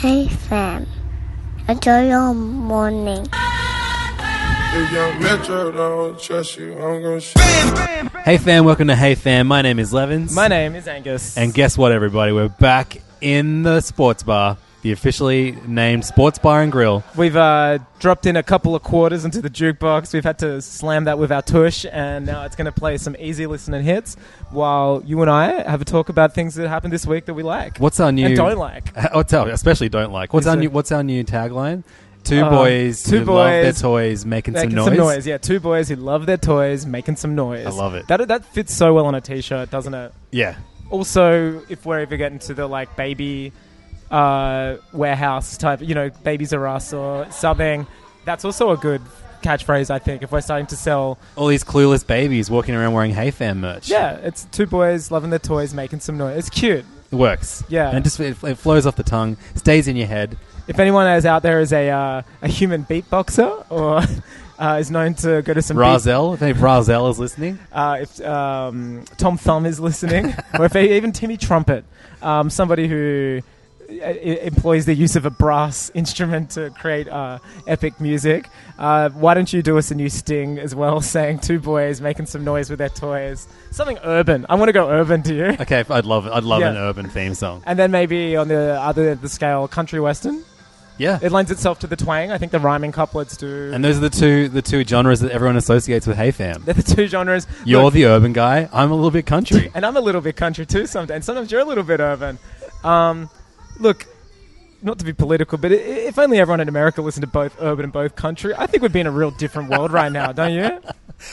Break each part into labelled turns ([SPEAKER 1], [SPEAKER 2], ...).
[SPEAKER 1] Hey Fam. Enjoy your morning.
[SPEAKER 2] If young Metro don't trust you, I'm gonna shoot.
[SPEAKER 3] Hey fam, welcome to Hey Fam. My name is Levins.
[SPEAKER 4] My name is Angus.
[SPEAKER 3] And guess what, everybody? We're back in the sports bar, the officially named Sports Bar and Grill.
[SPEAKER 4] we've uh, dropped in a couple of quarters into the jukebox. We've had to slam that with our tush, and now it's going to play some easy listening hits while you and I have a talk about things that happened this week that we like.
[SPEAKER 3] What's our new?
[SPEAKER 4] And don't like.
[SPEAKER 3] Oh, tell me, especially don't like. What's
[SPEAKER 4] Is
[SPEAKER 3] our
[SPEAKER 4] it-
[SPEAKER 3] new? What's our new tagline? Two
[SPEAKER 4] Uh,
[SPEAKER 3] boys,
[SPEAKER 4] two
[SPEAKER 3] who love their
[SPEAKER 4] boys
[SPEAKER 3] toys, making,
[SPEAKER 4] Making
[SPEAKER 3] some noise.
[SPEAKER 4] yeah. Two boys who love their toys making some noise.
[SPEAKER 3] I love it.
[SPEAKER 4] That that fits so well on a t-shirt, doesn't it?
[SPEAKER 3] Yeah,
[SPEAKER 4] Also, if we're ever getting to the like baby uh, warehouse type, you know, babies are us or something, that's also a good catchphrase. I think if we're starting to sell
[SPEAKER 3] all these clueless babies walking around wearing Hey Fam merch.
[SPEAKER 4] Yeah, it's two boys loving their toys, making some noise. It's cute.
[SPEAKER 3] it works.
[SPEAKER 4] Yeah.
[SPEAKER 3] and it just it, it flows off the tongue, stays in your head.
[SPEAKER 4] If anyone is out there is a uh, a human beatboxer or uh, is known to go to some beat,
[SPEAKER 3] Razel, if any Razel is listening,
[SPEAKER 4] uh, if um, Tom Thumb is listening, or if even Timmy Trumpet, um, somebody who uh, e- employs the use of a brass instrument to create uh, epic music, uh, why don't you do us a new sting as well, saying two boys making some noise with their toys, something urban. I want to go urban. Do you?
[SPEAKER 3] okay, I'd love it. I'd love
[SPEAKER 4] Yeah.
[SPEAKER 3] an urban theme song.
[SPEAKER 4] And then maybe on the other end of the scale, country western.
[SPEAKER 3] Yeah,
[SPEAKER 4] It lends itself to the twang. I think the rhyming couplets do.
[SPEAKER 3] And those are the two the two genres that everyone associates with Hey Fam.
[SPEAKER 4] they're the two genres.
[SPEAKER 3] You're
[SPEAKER 4] Look,
[SPEAKER 3] the urban guy. I'm a little bit country.
[SPEAKER 4] and I'm a little bit country too sometimes. And sometimes you're a little bit urban. Um, look, not to be political, but i- i- if only everyone in America listened to both urban and both country, I think we'd be in a real different world right now, don't you?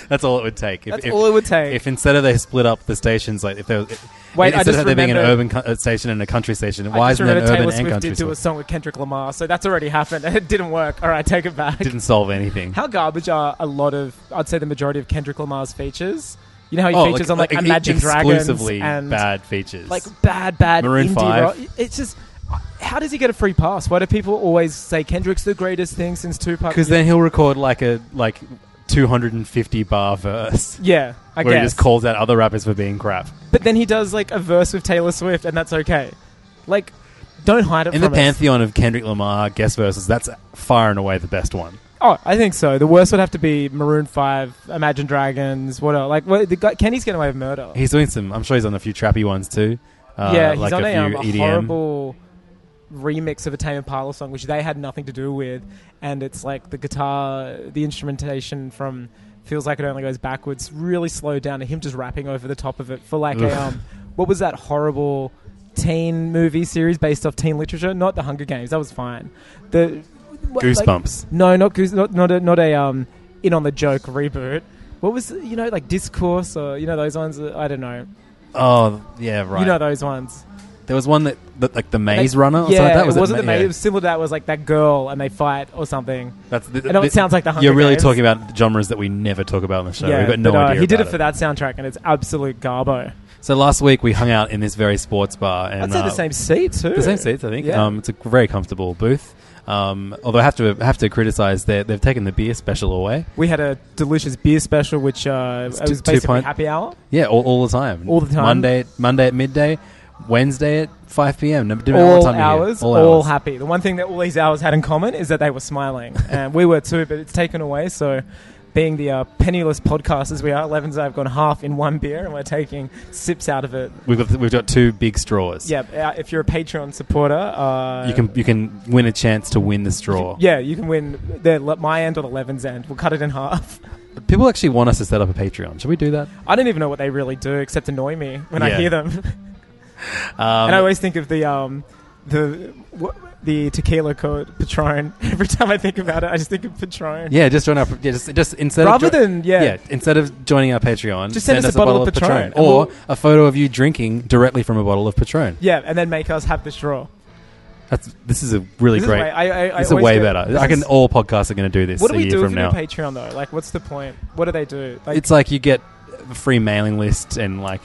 [SPEAKER 3] That's all it would take. If,
[SPEAKER 4] That's
[SPEAKER 3] if-
[SPEAKER 4] all it would take.
[SPEAKER 3] If instead of they split up the stations, like if they were- if-
[SPEAKER 4] Wait, I
[SPEAKER 3] instead
[SPEAKER 4] just
[SPEAKER 3] of there being an
[SPEAKER 4] remembered-
[SPEAKER 3] urban co- uh, station and a country station,
[SPEAKER 4] I
[SPEAKER 3] why
[SPEAKER 4] just
[SPEAKER 3] isn't there an
[SPEAKER 4] remember
[SPEAKER 3] urban
[SPEAKER 4] Taylor
[SPEAKER 3] and
[SPEAKER 4] Swift
[SPEAKER 3] country
[SPEAKER 4] did do a
[SPEAKER 3] station?
[SPEAKER 4] song with Kendrick Lamar, so that's already happened. It didn't work. All right, take it back.
[SPEAKER 3] Didn't solve anything.
[SPEAKER 4] How garbage are a lot of? I'd say the majority of Kendrick Lamar's features. You know how he
[SPEAKER 3] Oh,
[SPEAKER 4] features on like,
[SPEAKER 3] e-
[SPEAKER 4] Imagine Dragons
[SPEAKER 3] exclusively
[SPEAKER 4] and
[SPEAKER 3] bad features.
[SPEAKER 4] like bad, bad
[SPEAKER 3] Maroon
[SPEAKER 4] indie
[SPEAKER 3] 5.
[SPEAKER 4] rock. It's just, how does he get a free pass? Why do people always say Kendrick's the greatest thing since Tupac?
[SPEAKER 3] because then he'll record like a like 250 bar verse
[SPEAKER 4] yeah, I
[SPEAKER 3] where
[SPEAKER 4] guess.
[SPEAKER 3] he just calls out other rappers for being crap.
[SPEAKER 4] but then he does like a verse with Taylor Swift, and that's okay. Like, don't hide it
[SPEAKER 3] In the
[SPEAKER 4] from us.
[SPEAKER 3] pantheon of Kendrick Lamar guest verses, that's far and away the best one.
[SPEAKER 4] Oh, I think so. The worst would have to be Maroon Five, Imagine Dragons. What else? Like, what, the guy, Kenny's getting away with murder.
[SPEAKER 3] He's doing some. I'm sure he's on a few trappy ones too. Uh,
[SPEAKER 4] yeah, he's
[SPEAKER 3] like
[SPEAKER 4] on
[SPEAKER 3] a
[SPEAKER 4] a,
[SPEAKER 3] few
[SPEAKER 4] um, a
[SPEAKER 3] EDM.
[SPEAKER 4] horrible remix of a Tame Impala song, which they had nothing to do with, and it's like the guitar, the instrumentation from feels like it only goes backwards, really slowed down, and him just rapping over the top of it for like a
[SPEAKER 3] Ugh.
[SPEAKER 4] um, what was that horrible teen movie series based off teen literature? Not the Hunger Games, that was fine. The what, like-
[SPEAKER 3] Goosebumps.
[SPEAKER 4] no, not Goose, not not a, not a um, in on the joke reboot. What was you know like discourse or you know those ones? uh, I don't know.
[SPEAKER 3] oh yeah, right.
[SPEAKER 4] You know those ones.
[SPEAKER 3] there was one that, that like the Maze
[SPEAKER 4] Like,
[SPEAKER 3] Runner. Or
[SPEAKER 4] yeah,
[SPEAKER 3] something like that.
[SPEAKER 4] was it wasn't the
[SPEAKER 3] Ma-
[SPEAKER 4] maze.
[SPEAKER 3] yeah.
[SPEAKER 4] It was similar to that. Was like that girl and they fight or something.
[SPEAKER 3] That's the,
[SPEAKER 4] I know it
[SPEAKER 3] the-
[SPEAKER 4] sounds like the Hunger
[SPEAKER 3] You're really
[SPEAKER 4] Games.
[SPEAKER 3] talking about genres that we never talk about on the show. We've got no
[SPEAKER 4] but, uh,
[SPEAKER 3] idea.
[SPEAKER 4] He did it
[SPEAKER 3] about
[SPEAKER 4] for that soundtrack, and it's absolute garbo.
[SPEAKER 3] So last week we hung out in this very sports bar, and
[SPEAKER 4] I'd say
[SPEAKER 3] uh,
[SPEAKER 4] the same seat too.
[SPEAKER 3] the same seats. I think
[SPEAKER 4] Yeah.
[SPEAKER 3] um, it's a very comfortable booth. Um, although I have to have to criticize that they've taken the beer special away.
[SPEAKER 4] We had a delicious beer special, which uh,
[SPEAKER 3] It's
[SPEAKER 4] it was
[SPEAKER 3] two- two
[SPEAKER 4] basically
[SPEAKER 3] pint-
[SPEAKER 4] happy hour.
[SPEAKER 3] Yeah, all, all the time.
[SPEAKER 4] All the time.
[SPEAKER 3] Monday at, Monday at midday, Wednesday at five p.m. No, didn't matter what
[SPEAKER 4] All
[SPEAKER 3] time you're here.
[SPEAKER 4] hours, all, happy. The one thing that all these hours had in common is that they were smiling, and we were too. But it's taken away, so being the uh, penniless podcasters we are, Levens and I have gone half in one beer and we're taking sips out of it.
[SPEAKER 3] We've got we've got two big straws.
[SPEAKER 4] Yeah, uh, if you're a Patreon supporter, uh,
[SPEAKER 3] you can you can win a chance to win the straw.
[SPEAKER 4] Yeah, you can win the, le- my end or the Levin's end. We'll cut it in half.
[SPEAKER 3] People actually want us to set up a Patreon. Should we do that?
[SPEAKER 4] I don't even know what they really do except annoy me when I
[SPEAKER 3] Yeah.
[SPEAKER 4] hear them.
[SPEAKER 3] Um,
[SPEAKER 4] and I always think of the um, the wh- the tequila code Patron. Every time I think about it, I just think of Patron.
[SPEAKER 3] yeah, just join our yeah, just, just instead
[SPEAKER 4] Rather
[SPEAKER 3] of jo-
[SPEAKER 4] than yeah,
[SPEAKER 3] instead of joining our Patreon,
[SPEAKER 4] Just send us a bottle of Patron. And
[SPEAKER 3] or
[SPEAKER 4] we'll-
[SPEAKER 3] a photo of you drinking directly from a bottle of Patron.
[SPEAKER 4] yeah, and then make us have the straw.
[SPEAKER 3] That's this is a really
[SPEAKER 4] This is
[SPEAKER 3] great.
[SPEAKER 4] why I- I- I
[SPEAKER 3] this is
[SPEAKER 4] always
[SPEAKER 3] way
[SPEAKER 4] get-
[SPEAKER 3] better.
[SPEAKER 4] this
[SPEAKER 3] I can.
[SPEAKER 4] is-
[SPEAKER 3] all podcasts are going to do this.
[SPEAKER 4] What do
[SPEAKER 3] a
[SPEAKER 4] we
[SPEAKER 3] year
[SPEAKER 4] do if
[SPEAKER 3] from
[SPEAKER 4] we
[SPEAKER 3] now?
[SPEAKER 4] do Patreon though? Like, what's the point? What do they do? Like,
[SPEAKER 3] it's like you get a free mailing list and like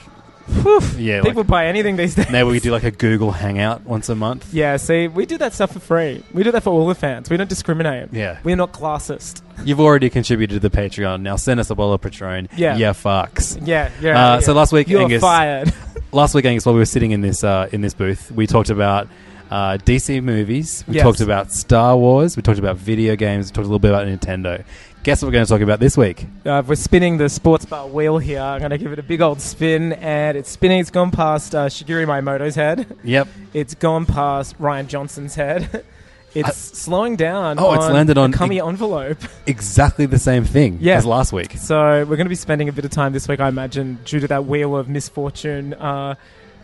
[SPEAKER 3] yeah, like,
[SPEAKER 4] people buy anything these days.
[SPEAKER 3] maybe we do like a Google Hangout once a month.
[SPEAKER 4] Yeah, see, we do that stuff for free. We do that for all the fans. We don't discriminate.
[SPEAKER 3] Yeah.
[SPEAKER 4] We're not classist.
[SPEAKER 3] You've already contributed to the Patreon. Now send us a bottle of Patron.
[SPEAKER 4] Yeah.
[SPEAKER 3] yeah, fucks.
[SPEAKER 4] Yeah, yeah.
[SPEAKER 3] Uh,
[SPEAKER 4] yeah.
[SPEAKER 3] so last week,
[SPEAKER 4] You're
[SPEAKER 3] Angus-
[SPEAKER 4] fired.
[SPEAKER 3] Last week, Angus, while we were sitting in this uh, in this booth, we talked about uh, DC movies. We
[SPEAKER 4] Yes.
[SPEAKER 3] talked about Star Wars. We talked about video games. We talked a little bit about Nintendo. Guess what we're going to talk about this week?
[SPEAKER 4] Uh, we're spinning the sports bar wheel here. I'm going to give it a big old spin, and it's spinning. It's gone past uh, Shigeru Miyamoto's head.
[SPEAKER 3] Yep.
[SPEAKER 4] It's gone past Ryan Johnson's head. It's
[SPEAKER 3] I-
[SPEAKER 4] slowing down.
[SPEAKER 3] Oh, it's landed on-
[SPEAKER 4] the cummy envelope.
[SPEAKER 3] Exactly the same thing
[SPEAKER 4] Yeah.
[SPEAKER 3] as last week.
[SPEAKER 4] So we're going to be spending a bit of time this week, I imagine, due to that wheel of misfortune. Uh,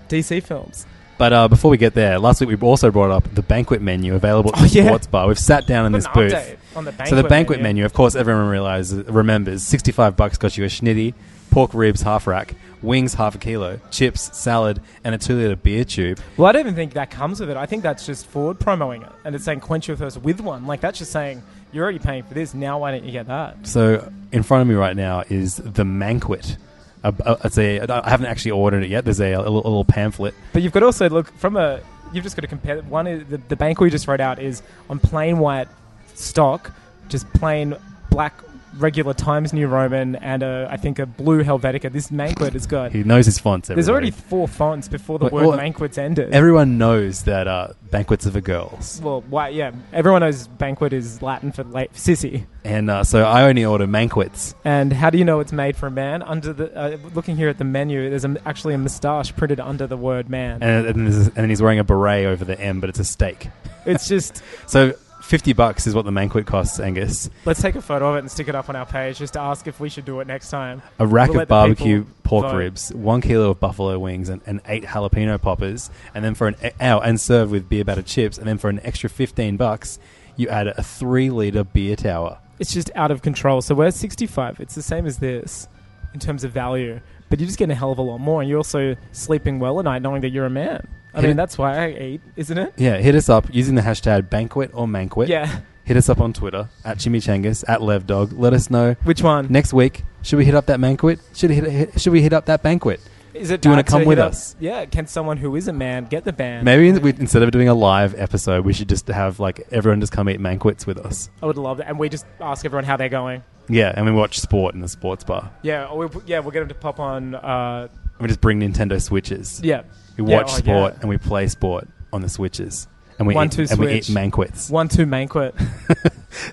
[SPEAKER 4] DC films.
[SPEAKER 3] But uh, before we get there, last week we also brought up the banquet menu available at
[SPEAKER 4] Oh,
[SPEAKER 3] the
[SPEAKER 4] yeah.
[SPEAKER 3] sports bar. We've sat down in
[SPEAKER 4] Put
[SPEAKER 3] this
[SPEAKER 4] an
[SPEAKER 3] booth.
[SPEAKER 4] update on the banquet
[SPEAKER 3] So the banquet menu, of course, everyone realizes remembers sixty five bucks got you a schnitty, pork ribs half rack, wings half a kilo, chips, salad, and a two liter beer tube.
[SPEAKER 4] Well, I don't even think that comes with it. I think that's just Ford promoting it, and it's saying quench your thirst with one. Like that's just saying you're already paying for this. Now why don't you get that?
[SPEAKER 3] So in front of me right now is the manquet. Uh, uh, It's a I haven't actually ordered it yet. There's a, a little- a little pamphlet.
[SPEAKER 4] But you've got to also look from a. You've just got to compare. One is the, the bank we just wrote out is on plain white stock, just plain black regular Times New Roman, and a, I think a blue Helvetica. This banquet has got.
[SPEAKER 3] He knows his fonts.
[SPEAKER 4] There's
[SPEAKER 3] everybody.
[SPEAKER 4] already four fonts before the
[SPEAKER 3] Wait,
[SPEAKER 4] word
[SPEAKER 3] well,
[SPEAKER 4] banquets ended.
[SPEAKER 3] everyone knows that uh, banquets are for girls,
[SPEAKER 4] well, why? Yeah, everyone knows banquet is Latin for late sissy.
[SPEAKER 3] and uh, so I only order manquets.
[SPEAKER 4] And how do you know it's made for a man? Under the uh, looking here at the menu, there's a, actually a moustache printed under the word man.
[SPEAKER 3] and and, this is- and then he's wearing a beret over the M, but it's a steak.
[SPEAKER 4] it's just
[SPEAKER 3] So fifty bucks is what the banquet costs, Angus.
[SPEAKER 4] let's take a photo of it and stick it up on our page just to ask if we should do it next time.
[SPEAKER 3] A rack
[SPEAKER 4] We'll
[SPEAKER 3] of
[SPEAKER 4] let the
[SPEAKER 3] barbecue
[SPEAKER 4] people
[SPEAKER 3] pork
[SPEAKER 4] vote.
[SPEAKER 3] ribs, one kilo of buffalo wings, and, and eight jalapeno poppers, and then for an e- ow, and served with beer battered chips, and then for an extra fifteen bucks, you add a three liter beer tower.
[SPEAKER 4] It's just out of control. So we're 65. It's the same as this in terms of value, but you're just getting a hell of a lot more, and you're also sleeping well at night knowing that you're a man. I
[SPEAKER 3] Hit
[SPEAKER 4] mean,
[SPEAKER 3] it.
[SPEAKER 4] that's why I eat, isn't it?
[SPEAKER 3] Yeah, hit us up using the hashtag banquet or manquet.
[SPEAKER 4] Yeah.
[SPEAKER 3] Hit us up on Twitter at Chimichangas at Levdog. Let us know
[SPEAKER 4] Which one?
[SPEAKER 3] next week. Should we hit up that banquet? Should we hit, hit, should we hit up that banquet?
[SPEAKER 4] Is it
[SPEAKER 3] do you wanna
[SPEAKER 4] bad
[SPEAKER 3] come
[SPEAKER 4] hit
[SPEAKER 3] with
[SPEAKER 4] up-
[SPEAKER 3] us?
[SPEAKER 4] Yeah. Can someone who is a man get the band?
[SPEAKER 3] Maybe in- we, instead of doing a live episode, we should just have like everyone just come eat banquets with us.
[SPEAKER 4] I would love that. And we just ask everyone how they're going.
[SPEAKER 3] Yeah, and we watch sport in the sports bar.
[SPEAKER 4] Yeah, or we'll, yeah, we'll get him to pop on. Uh,
[SPEAKER 3] And we just bring Nintendo Switches.
[SPEAKER 4] yeah,
[SPEAKER 3] we
[SPEAKER 4] Yeah,
[SPEAKER 3] watch
[SPEAKER 4] oh,
[SPEAKER 3] sport
[SPEAKER 4] yeah.
[SPEAKER 3] and we play sport on the Switches. And we
[SPEAKER 4] One,
[SPEAKER 3] eat,
[SPEAKER 4] two,
[SPEAKER 3] and we eat
[SPEAKER 4] switch.
[SPEAKER 3] banquets.
[SPEAKER 4] one two banquet.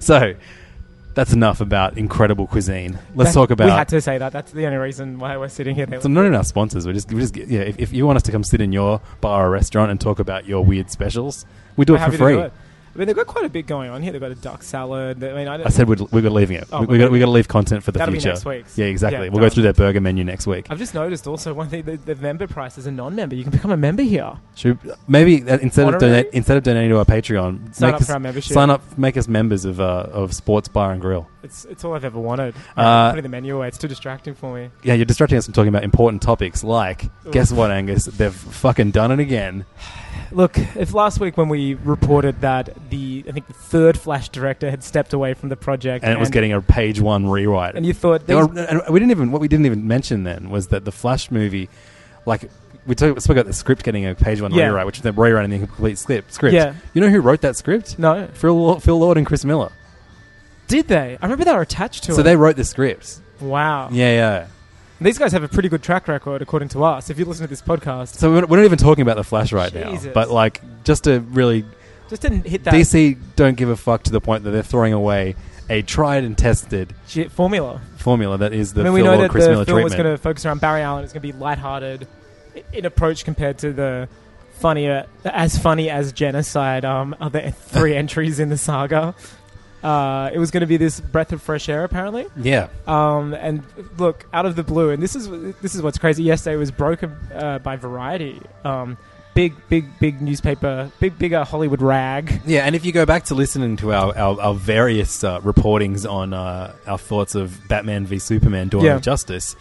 [SPEAKER 3] So that's enough about incredible cuisine. Let's
[SPEAKER 4] That-
[SPEAKER 3] talk about.
[SPEAKER 4] We had to say that. That's the only reason why we're sitting here.
[SPEAKER 3] so none of our sponsors. We just, we just yeah. If, if you want us to come sit in your bar or restaurant and talk about your weird specials, we do
[SPEAKER 4] We're
[SPEAKER 3] it for
[SPEAKER 4] happy to
[SPEAKER 3] free.
[SPEAKER 4] do it. I mean, they've got quite a bit going on here. They've got a duck salad. I mean, I don't,
[SPEAKER 3] I said we'd, we were leaving it.
[SPEAKER 4] Oh,
[SPEAKER 3] we, we, got, we got to leave content for the
[SPEAKER 4] That'll be
[SPEAKER 3] future.
[SPEAKER 4] next week's.
[SPEAKER 3] Yeah, exactly.
[SPEAKER 4] Yeah,
[SPEAKER 3] we'll go
[SPEAKER 4] done.
[SPEAKER 3] through their burger menu next week.
[SPEAKER 4] I've just noticed also one thing: the, the member price is a non-member. You can become a member here.
[SPEAKER 3] Should we, maybe that instead of
[SPEAKER 4] Honorary?
[SPEAKER 3] donate, instead of donating to our Patreon,
[SPEAKER 4] Sign
[SPEAKER 3] make
[SPEAKER 4] up
[SPEAKER 3] us-
[SPEAKER 4] for our membership.
[SPEAKER 3] Sign up, make us members of uh, of Sports Bar and Grill.
[SPEAKER 4] It's it's all I've ever wanted.
[SPEAKER 3] Uh,
[SPEAKER 4] I'm putting the menu away. It's too distracting for me.
[SPEAKER 3] Yeah, you're distracting us from talking about important topics. Like, guess what, Angus? They've fucking done it again.
[SPEAKER 4] Look, if last week when we reported that the I think the third Flash director had stepped away from the project
[SPEAKER 3] And, it was getting a page one rewrite.
[SPEAKER 4] and you thought
[SPEAKER 3] They
[SPEAKER 4] these-
[SPEAKER 3] were- and we didn't even what we didn't even mention then was that the Flash movie, like we talk, spoke about the script getting a page one
[SPEAKER 4] Yeah.
[SPEAKER 3] rewrite, which is then rewriting the complete script. Script.
[SPEAKER 4] Yeah.
[SPEAKER 3] You know who wrote that script?
[SPEAKER 4] no,
[SPEAKER 3] Phil Lord, Phil Lord and Chris Miller.
[SPEAKER 4] did they? I remember they were attached to
[SPEAKER 3] So
[SPEAKER 4] it.
[SPEAKER 3] they wrote the scripts.
[SPEAKER 4] wow.
[SPEAKER 3] Yeah, yeah.
[SPEAKER 4] These guys have a pretty good track record, according to us. If you listen to this podcast,
[SPEAKER 3] So we're we're not even talking about the Flash right now,
[SPEAKER 4] Jesus.
[SPEAKER 3] but like just to really
[SPEAKER 4] just didn't hit that.
[SPEAKER 3] DC don't give a fuck to the point that they're throwing away a tried and tested
[SPEAKER 4] Shit, formula.
[SPEAKER 3] formula that is the
[SPEAKER 4] I mean, we
[SPEAKER 3] Phil
[SPEAKER 4] know
[SPEAKER 3] or
[SPEAKER 4] that
[SPEAKER 3] Chris
[SPEAKER 4] the
[SPEAKER 3] Miller
[SPEAKER 4] film
[SPEAKER 3] treatment.
[SPEAKER 4] was going to focus around Barry Allen. It's going to be lighthearted i- in approach compared to the funnier, as funny as genocide. Um, other three entries in the saga. Uh, it was going to be this breath of fresh air, apparently.
[SPEAKER 3] yeah,
[SPEAKER 4] Um, and look, out of the blue, and this is this is what's crazy. Yesterday was broken uh, by Variety, um, big big big newspaper, big bigger Hollywood rag.
[SPEAKER 3] yeah. And if you go back to listening to our our, our various uh, reportings on uh, our thoughts of Batman v Superman: Dawn
[SPEAKER 4] Yeah.
[SPEAKER 3] of Justice,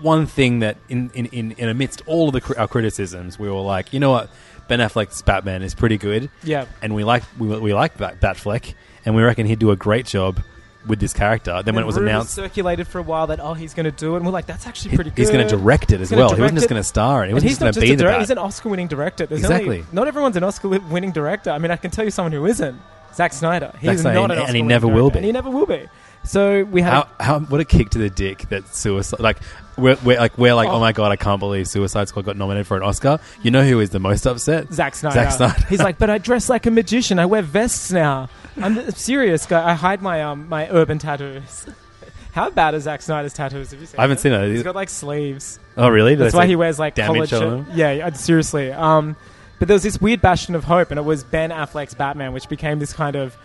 [SPEAKER 3] one thing that in in, in, in amidst all of the cri- our criticisms, we were like, you know what, Ben Affleck's Batman is pretty good.
[SPEAKER 4] Yeah.
[SPEAKER 3] and we like we, we like Bat, Batfleck, and we reckon he'd do a great job with this character. Then when it was
[SPEAKER 4] rumors
[SPEAKER 3] announced.
[SPEAKER 4] circulated for a while that oh he's going to do it, and we're like that's actually
[SPEAKER 3] he-
[SPEAKER 4] pretty good.
[SPEAKER 3] He's going to direct it as
[SPEAKER 4] gonna
[SPEAKER 3] well. He
[SPEAKER 4] direct
[SPEAKER 3] wasn't just
[SPEAKER 4] it.
[SPEAKER 3] going to star in it. He
[SPEAKER 4] And
[SPEAKER 3] wasn't
[SPEAKER 4] he's
[SPEAKER 3] just
[SPEAKER 4] not
[SPEAKER 3] going to
[SPEAKER 4] just
[SPEAKER 3] be
[SPEAKER 4] a
[SPEAKER 3] the
[SPEAKER 4] director; he's
[SPEAKER 3] Bat.
[SPEAKER 4] an Oscar-winning director. There's
[SPEAKER 3] Exactly.
[SPEAKER 4] Only, not everyone's an Oscar-winning director. I mean, I can tell you someone who isn't. Zack Snyder. He's
[SPEAKER 3] Snyder,
[SPEAKER 4] not an
[SPEAKER 3] and he
[SPEAKER 4] Oscar-winning
[SPEAKER 3] never
[SPEAKER 4] director,
[SPEAKER 3] will be.
[SPEAKER 4] And he never will be. So we had.
[SPEAKER 3] How, how, what a kick to the dick that suicide like we're, we're like we're like oh. my god I can't believe Suicide Squad got nominated for an Oscar. You know who is the most upset?
[SPEAKER 4] Zack Snyder.
[SPEAKER 3] Zack Snyder.
[SPEAKER 4] He's like, but I dress like a magician. I wear vests now. I'm the- serious, guy. I hide my um, my urban tattoos. How bad are Zack Snyder's tattoos? Have you seen?
[SPEAKER 3] I haven't seen it.
[SPEAKER 4] He's got like sleeves.
[SPEAKER 3] oh really? Did
[SPEAKER 4] That's
[SPEAKER 3] I
[SPEAKER 4] why
[SPEAKER 3] say
[SPEAKER 4] he wears like
[SPEAKER 3] damage
[SPEAKER 4] collared
[SPEAKER 3] on
[SPEAKER 4] shirt. Yeah, yeah, seriously. Um, but there was this weird bastion of hope, and it was Ben Affleck's Batman, which became this kind of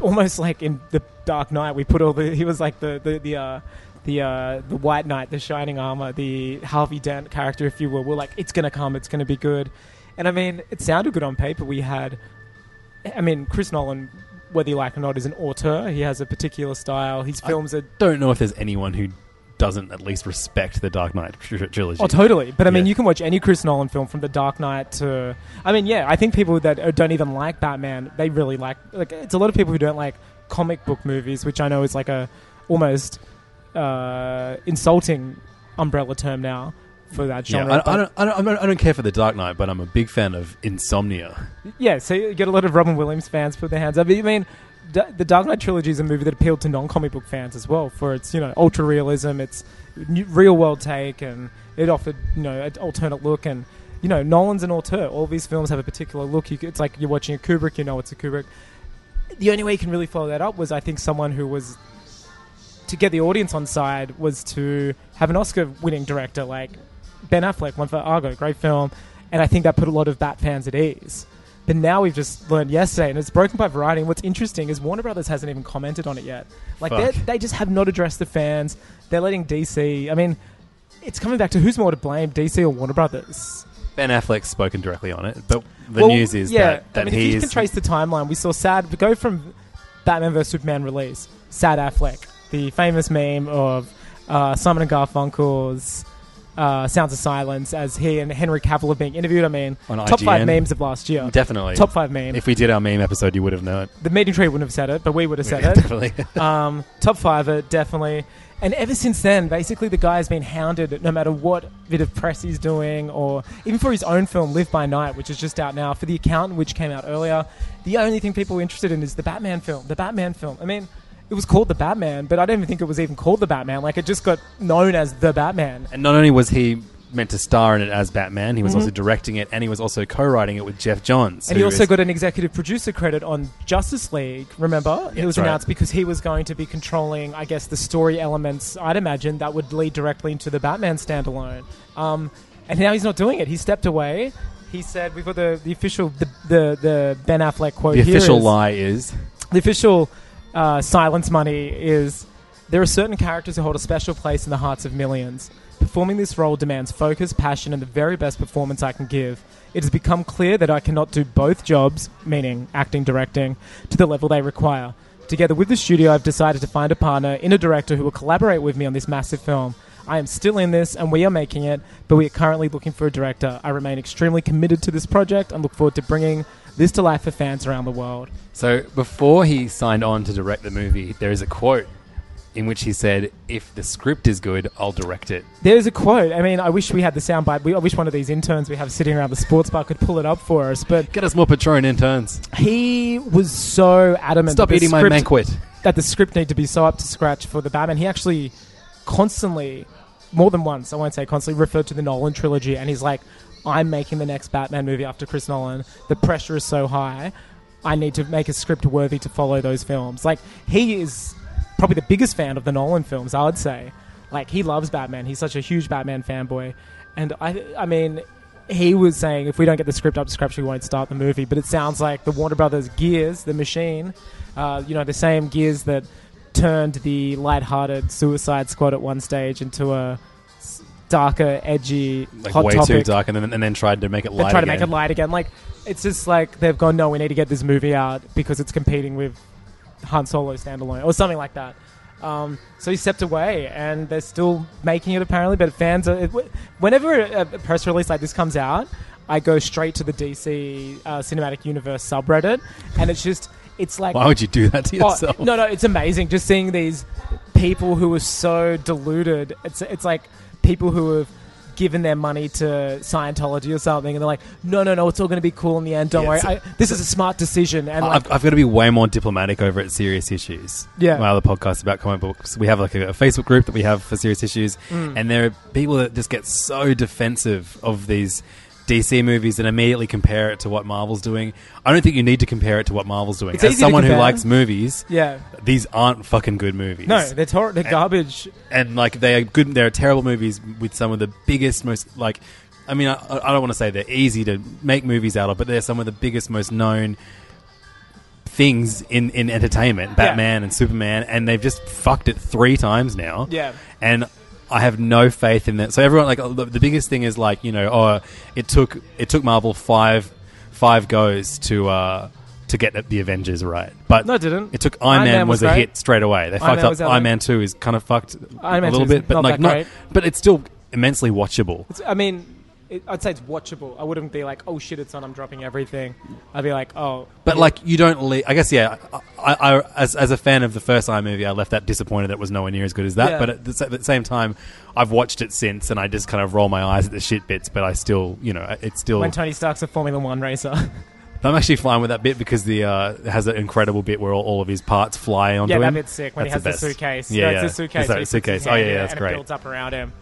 [SPEAKER 4] almost like in the Dark Knight. We put all the he was like the the the. Uh, the uh, the White Knight, the Shining Armor, the Harvey Dent character, if you will, we're like, it's gonna come, it's gonna be good, and I mean, it sounded good on paper. We had, I mean, Chris Nolan, whether you like or not, is an auteur. He has a particular style. His films are
[SPEAKER 3] Don't know if there's anyone who doesn't at least respect the Dark Knight tr- tr- trilogy.
[SPEAKER 4] Oh, totally. But I mean,
[SPEAKER 3] Yeah.
[SPEAKER 4] you can watch any Chris Nolan film from The Dark Knight to. I mean, yeah, I think people that uh, don't even like Batman, they really like. Like, it's a lot of people who don't like comic book movies, which I know is like a almost uh, insulting umbrella term now for that
[SPEAKER 3] yeah,
[SPEAKER 4] genre.
[SPEAKER 3] I, I
[SPEAKER 4] But-
[SPEAKER 3] don't, I don't, I don't, I don't care for the Dark Knight, but I'm a big fan of Insomnia.
[SPEAKER 4] yeah, so you get a lot of Robin Williams fans put their hands up. But you mean D- the Dark Knight trilogy is a movie that appealed to non-comic book fans as well for its you know ultra realism, its new, real world take, and it offered you know an alternate look and. You know, Nolan's an auteur. All these films have a particular look. You, c- it's like you're watching a Kubrick. You know, it's a Kubrick. The only way you can really follow that up was, I think, someone who was to get the audience on side was to have an Oscar-winning director like Ben Affleck, one for Argo, great film, and I think that put a lot of Bat fans at ease. But now we've just learned yesterday, and it's broken by Variety. And what's interesting is Warner Brothers hasn't even commented on it yet. Like they
[SPEAKER 3] Fuck.
[SPEAKER 4] they just have not addressed the fans. They're letting DC. I mean, it's coming back to who's more to blame, DC or Warner Brothers.
[SPEAKER 3] Ben Affleck's spoken directly on it, but the
[SPEAKER 4] Well,
[SPEAKER 3] news is
[SPEAKER 4] yeah,
[SPEAKER 3] that, that
[SPEAKER 4] I mean,
[SPEAKER 3] he
[SPEAKER 4] if you
[SPEAKER 3] is
[SPEAKER 4] can trace the timeline. We saw sad go from Batman vs Superman release, sad Affleck, the famous meme of uh, Simon and Garfunkel's uh, Sounds of Silence, as he and Henry Cavill are being interviewed. I mean,
[SPEAKER 3] On
[SPEAKER 4] top five
[SPEAKER 3] IGN.
[SPEAKER 4] memes of last year.
[SPEAKER 3] definitely
[SPEAKER 4] Top five meme.
[SPEAKER 3] If we did our meme episode, you would have known.
[SPEAKER 4] the meeting tree wouldn't have said it, but we would have said it.
[SPEAKER 3] definitely.
[SPEAKER 4] Um, top five, it definitely. And ever since then, basically, the guy has been hounded no matter what bit of press he's doing, or even for his own film, Live by Night, which is just out now, for The Accountant, which came out earlier. The only thing people were interested in is the Batman film. The Batman film. I mean, it was called The Batman, but I don't even think it was even called The Batman. Like, it just got known as The Batman.
[SPEAKER 3] And not only was he meant to star in it as Batman, he was also directing it, and he was also co-writing it with Jeff Johns.
[SPEAKER 4] Mm-hmm. And he
[SPEAKER 3] who
[SPEAKER 4] also
[SPEAKER 3] is-
[SPEAKER 4] got an executive producer credit on Justice League, remember? it was
[SPEAKER 3] right.
[SPEAKER 4] announced because he was going to be controlling, I guess, the story elements, I'd imagine, that would lead directly into the Batman standalone. Um, and now he's not doing it. He stepped away. He said, we've got the, the official, the, the, the Ben Affleck quote
[SPEAKER 3] the
[SPEAKER 4] here
[SPEAKER 3] official
[SPEAKER 4] is-
[SPEAKER 3] lie is
[SPEAKER 4] the official uh, silence money is there are certain characters who hold a special place in the hearts of millions. Performing this role demands focus, passion, and the very best performance I can give. It has become clear that I cannot do both jobs, meaning acting, directing, to the level they require. Together with the studio, I've decided to find a partner in a director who will collaborate with me on this massive film. I am still in this and we are making it, but we are currently looking for a director. I remain extremely committed to this project and look forward to bringing this to life for fans around the world.
[SPEAKER 3] so. Before he signed on to direct the movie, there is a quote in which he said, "If the script is good, I'll direct it."
[SPEAKER 4] There's a quote. I mean, I wish we had the soundbite. We, I wish one of these interns we have sitting around the sports bar could pull it up for us. But
[SPEAKER 3] Get us more Patron interns.
[SPEAKER 4] he was so adamant.
[SPEAKER 3] Stop
[SPEAKER 4] that the
[SPEAKER 3] eating my
[SPEAKER 4] script-
[SPEAKER 3] banquet.
[SPEAKER 4] That the script needed to be so up to scratch for the Batman. He actually constantly, more than once, I won't say constantly, referred to the Nolan trilogy, and he's like, "I'm making the next Batman movie after Chris Nolan. The pressure is so high." I need to make a script worthy to follow those films. Like he is probably the biggest fan of the Nolan films, I would say. Like he loves Batman. He's such a huge Batman fanboy, and I I mean. He was saying if we don't get the script up to scratch, we won't start the movie. But it sounds like the Warner Brothers gears, the machine, uh, you know, the same gears that turned the light-hearted Suicide Squad at one stage into a s- darker, edgy,
[SPEAKER 3] Like
[SPEAKER 4] hot
[SPEAKER 3] way
[SPEAKER 4] topic.
[SPEAKER 3] too dark, and then and then tried to make it
[SPEAKER 4] They
[SPEAKER 3] light.
[SPEAKER 4] try to make it
[SPEAKER 3] again.
[SPEAKER 4] light again. Like it's just like they've gone, no, we need to get this movie out because it's competing with Han Solo standalone or something like that. Um, so he stepped away, and they're still making it apparently. But fans are. It, whenever a, a press release like this comes out, I go straight to the DC uh, Cinematic Universe subreddit, and it's just it's like
[SPEAKER 3] Why would you do that to
[SPEAKER 4] Oh,
[SPEAKER 3] yourself?
[SPEAKER 4] no, no, it's amazing just seeing these people who are so deluded. It's it's like people who have given their money to Scientology or something, and they're like, no, no, no, it's all going to be cool in the end. Don't
[SPEAKER 3] Yeah,
[SPEAKER 4] worry. I,
[SPEAKER 3] it's-
[SPEAKER 4] this is a smart decision, and like,
[SPEAKER 3] I've, I've got to be way more diplomatic over at Serious Issues.
[SPEAKER 4] Yeah.
[SPEAKER 3] My other podcast about comic books. We have like a, a Facebook group that we have for Serious Issues,
[SPEAKER 4] Mm.
[SPEAKER 3] and there are people that just get so defensive of these DC movies and immediately compare it to what Marvel's doing. I don't think you need to compare it to what Marvel's doing.
[SPEAKER 4] It's
[SPEAKER 3] As
[SPEAKER 4] easy to
[SPEAKER 3] someone who
[SPEAKER 4] compare.
[SPEAKER 3] likes movies,
[SPEAKER 4] yeah,
[SPEAKER 3] these aren't fucking good movies.
[SPEAKER 4] no, they're tor- they're garbage.
[SPEAKER 3] and like they are good. There are terrible movies with some of the biggest, most like. I mean, I, I don't want to say they're easy to make movies out of, but they're some of the biggest, most known things in in entertainment. Batman and Superman, and they've just fucked it three times now.
[SPEAKER 4] Yeah.
[SPEAKER 3] and. I have no faith in that. So everyone, like the, the biggest thing is like you know, oh, it took it took Marvel five five goes to uh, to get the- the Avengers right, but
[SPEAKER 4] No, it didn't.
[SPEAKER 3] It took Iron, Man, was, a
[SPEAKER 4] great.
[SPEAKER 3] hit straight away. They
[SPEAKER 4] Iron Man
[SPEAKER 3] fucked
[SPEAKER 4] was
[SPEAKER 3] up
[SPEAKER 4] out
[SPEAKER 3] Iron
[SPEAKER 4] there.
[SPEAKER 3] Man Two is kind of fucked
[SPEAKER 4] Iron
[SPEAKER 3] a
[SPEAKER 4] Man
[SPEAKER 3] little
[SPEAKER 4] 2 is
[SPEAKER 3] bit, but
[SPEAKER 4] not
[SPEAKER 3] like
[SPEAKER 4] that
[SPEAKER 3] not,
[SPEAKER 4] great.
[SPEAKER 3] but it's still immensely watchable.
[SPEAKER 4] It's- I mean. It, I'd say it's watchable. I wouldn't be like, "Oh shit, it's on! I'm dropping everything." I'd be like, "Oh,
[SPEAKER 3] But like you don't, le- I guess, yeah. I, I, I as, as a fan of the first Iron movie, I left that disappointed that it was nowhere near as good as that.
[SPEAKER 4] Yeah.
[SPEAKER 3] But at the, sa- at the same time, I've watched it since, and I just kind of roll my eyes at the shit bits. But I still, you know, it's still.
[SPEAKER 4] when Tony Stark's a Formula One racer."
[SPEAKER 3] I'm actually fine with that bit because the uh, it has that incredible bit where all, all of his parts fly onto
[SPEAKER 4] yeah,
[SPEAKER 3] him.
[SPEAKER 4] that bit's sick when he has
[SPEAKER 3] That's
[SPEAKER 4] the,
[SPEAKER 3] best.
[SPEAKER 4] suitcase.
[SPEAKER 3] Yeah,
[SPEAKER 4] no,
[SPEAKER 3] yeah.
[SPEAKER 4] it's the suitcase.
[SPEAKER 3] Sorry,
[SPEAKER 4] where he puts his
[SPEAKER 3] suitcase. Oh
[SPEAKER 4] hand
[SPEAKER 3] yeah,
[SPEAKER 4] in it
[SPEAKER 3] yeah, that's
[SPEAKER 4] and It
[SPEAKER 3] great.
[SPEAKER 4] builds up around him.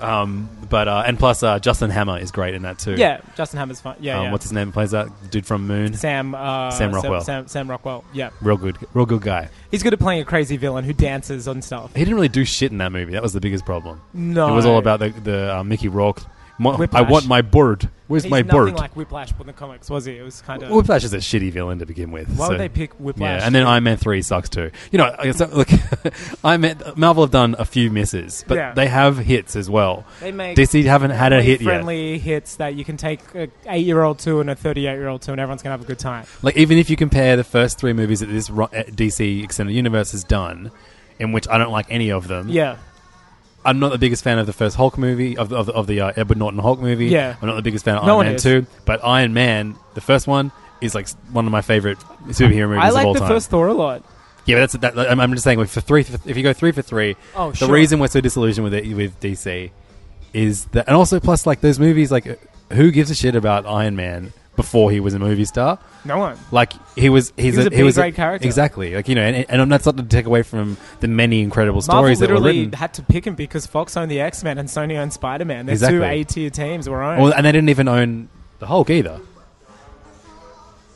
[SPEAKER 3] Um, but uh, and plus, uh, Justin Hammer is great in that too.
[SPEAKER 4] Yeah, Justin Hammer's fun. Yeah,
[SPEAKER 3] um,
[SPEAKER 4] yeah.
[SPEAKER 3] what's his name plays that dude from Moon?
[SPEAKER 4] Sam, uh,
[SPEAKER 3] Sam Rockwell.
[SPEAKER 4] Sam, Sam, Rockwell. Yeah,
[SPEAKER 3] Real good, real good guy.
[SPEAKER 4] he's good at playing a crazy villain who dances on stuff.
[SPEAKER 3] He didn't really do shit in that movie. That was the biggest problem.
[SPEAKER 4] No.
[SPEAKER 3] it was all about the the uh, Mickey Rourke. Mo- I
[SPEAKER 4] Whiplash.
[SPEAKER 3] want my bird. Where's
[SPEAKER 4] He's
[SPEAKER 3] my
[SPEAKER 4] nothing
[SPEAKER 3] bird?
[SPEAKER 4] like Whiplash in the comics, was he? It was kind of.
[SPEAKER 3] Whiplash is a shitty villain to begin with.
[SPEAKER 4] Why
[SPEAKER 3] so-
[SPEAKER 4] would they pick Whiplash?
[SPEAKER 3] Yeah, and then Iron Man three sucks too. You know, I guess, uh, look, I mean, Marvel have done a few misses, but
[SPEAKER 4] Yeah.
[SPEAKER 3] they have hits as well.
[SPEAKER 4] They make
[SPEAKER 3] DC haven't had a hit yet.
[SPEAKER 4] friendly hits that you can take a eight-year-old to and a thirty-eight-year-old to, and everyone's gonna have a good time.
[SPEAKER 3] Like even if you compare the first three movies that this ro- uh, DC extended universe has done, in which I don't like any of them.
[SPEAKER 4] Yeah,
[SPEAKER 3] I'm not the biggest fan of the first Hulk movie of the, of the, of the uh, Edward Norton Hulk movie.
[SPEAKER 4] Yeah.
[SPEAKER 3] I'm not the biggest fan of
[SPEAKER 4] No
[SPEAKER 3] Iron
[SPEAKER 4] one
[SPEAKER 3] Man
[SPEAKER 4] is.
[SPEAKER 3] two, but Iron Man the first one is like s- one of my favorite superhero movies
[SPEAKER 4] I
[SPEAKER 3] of
[SPEAKER 4] like
[SPEAKER 3] all
[SPEAKER 4] the
[SPEAKER 3] time.
[SPEAKER 4] first Thor a lot.
[SPEAKER 3] yeah, but that's that, that- I'm, I'm just saying like, for three. For, if you go three for three,
[SPEAKER 4] Oh,
[SPEAKER 3] the
[SPEAKER 4] sure.
[SPEAKER 3] reason we're so disillusioned with it, with DC is that, and also plus like those movies, like uh, who gives a shit about Iron Man before he was a movie star?
[SPEAKER 4] No one.
[SPEAKER 3] Like he was, he's
[SPEAKER 4] He was a
[SPEAKER 3] he was
[SPEAKER 4] B-grade character.
[SPEAKER 3] exactly. Like you know, and, and that's not to take away from the many incredible stories that
[SPEAKER 4] Marvel
[SPEAKER 3] were
[SPEAKER 4] literally
[SPEAKER 3] written.
[SPEAKER 4] had to pick him because Fox owned the X-Men and Sony owned Spider-Man. They're two
[SPEAKER 3] Exactly.
[SPEAKER 4] A-tier teams. We're owned.
[SPEAKER 3] Well, and they didn't even own the Hulk either.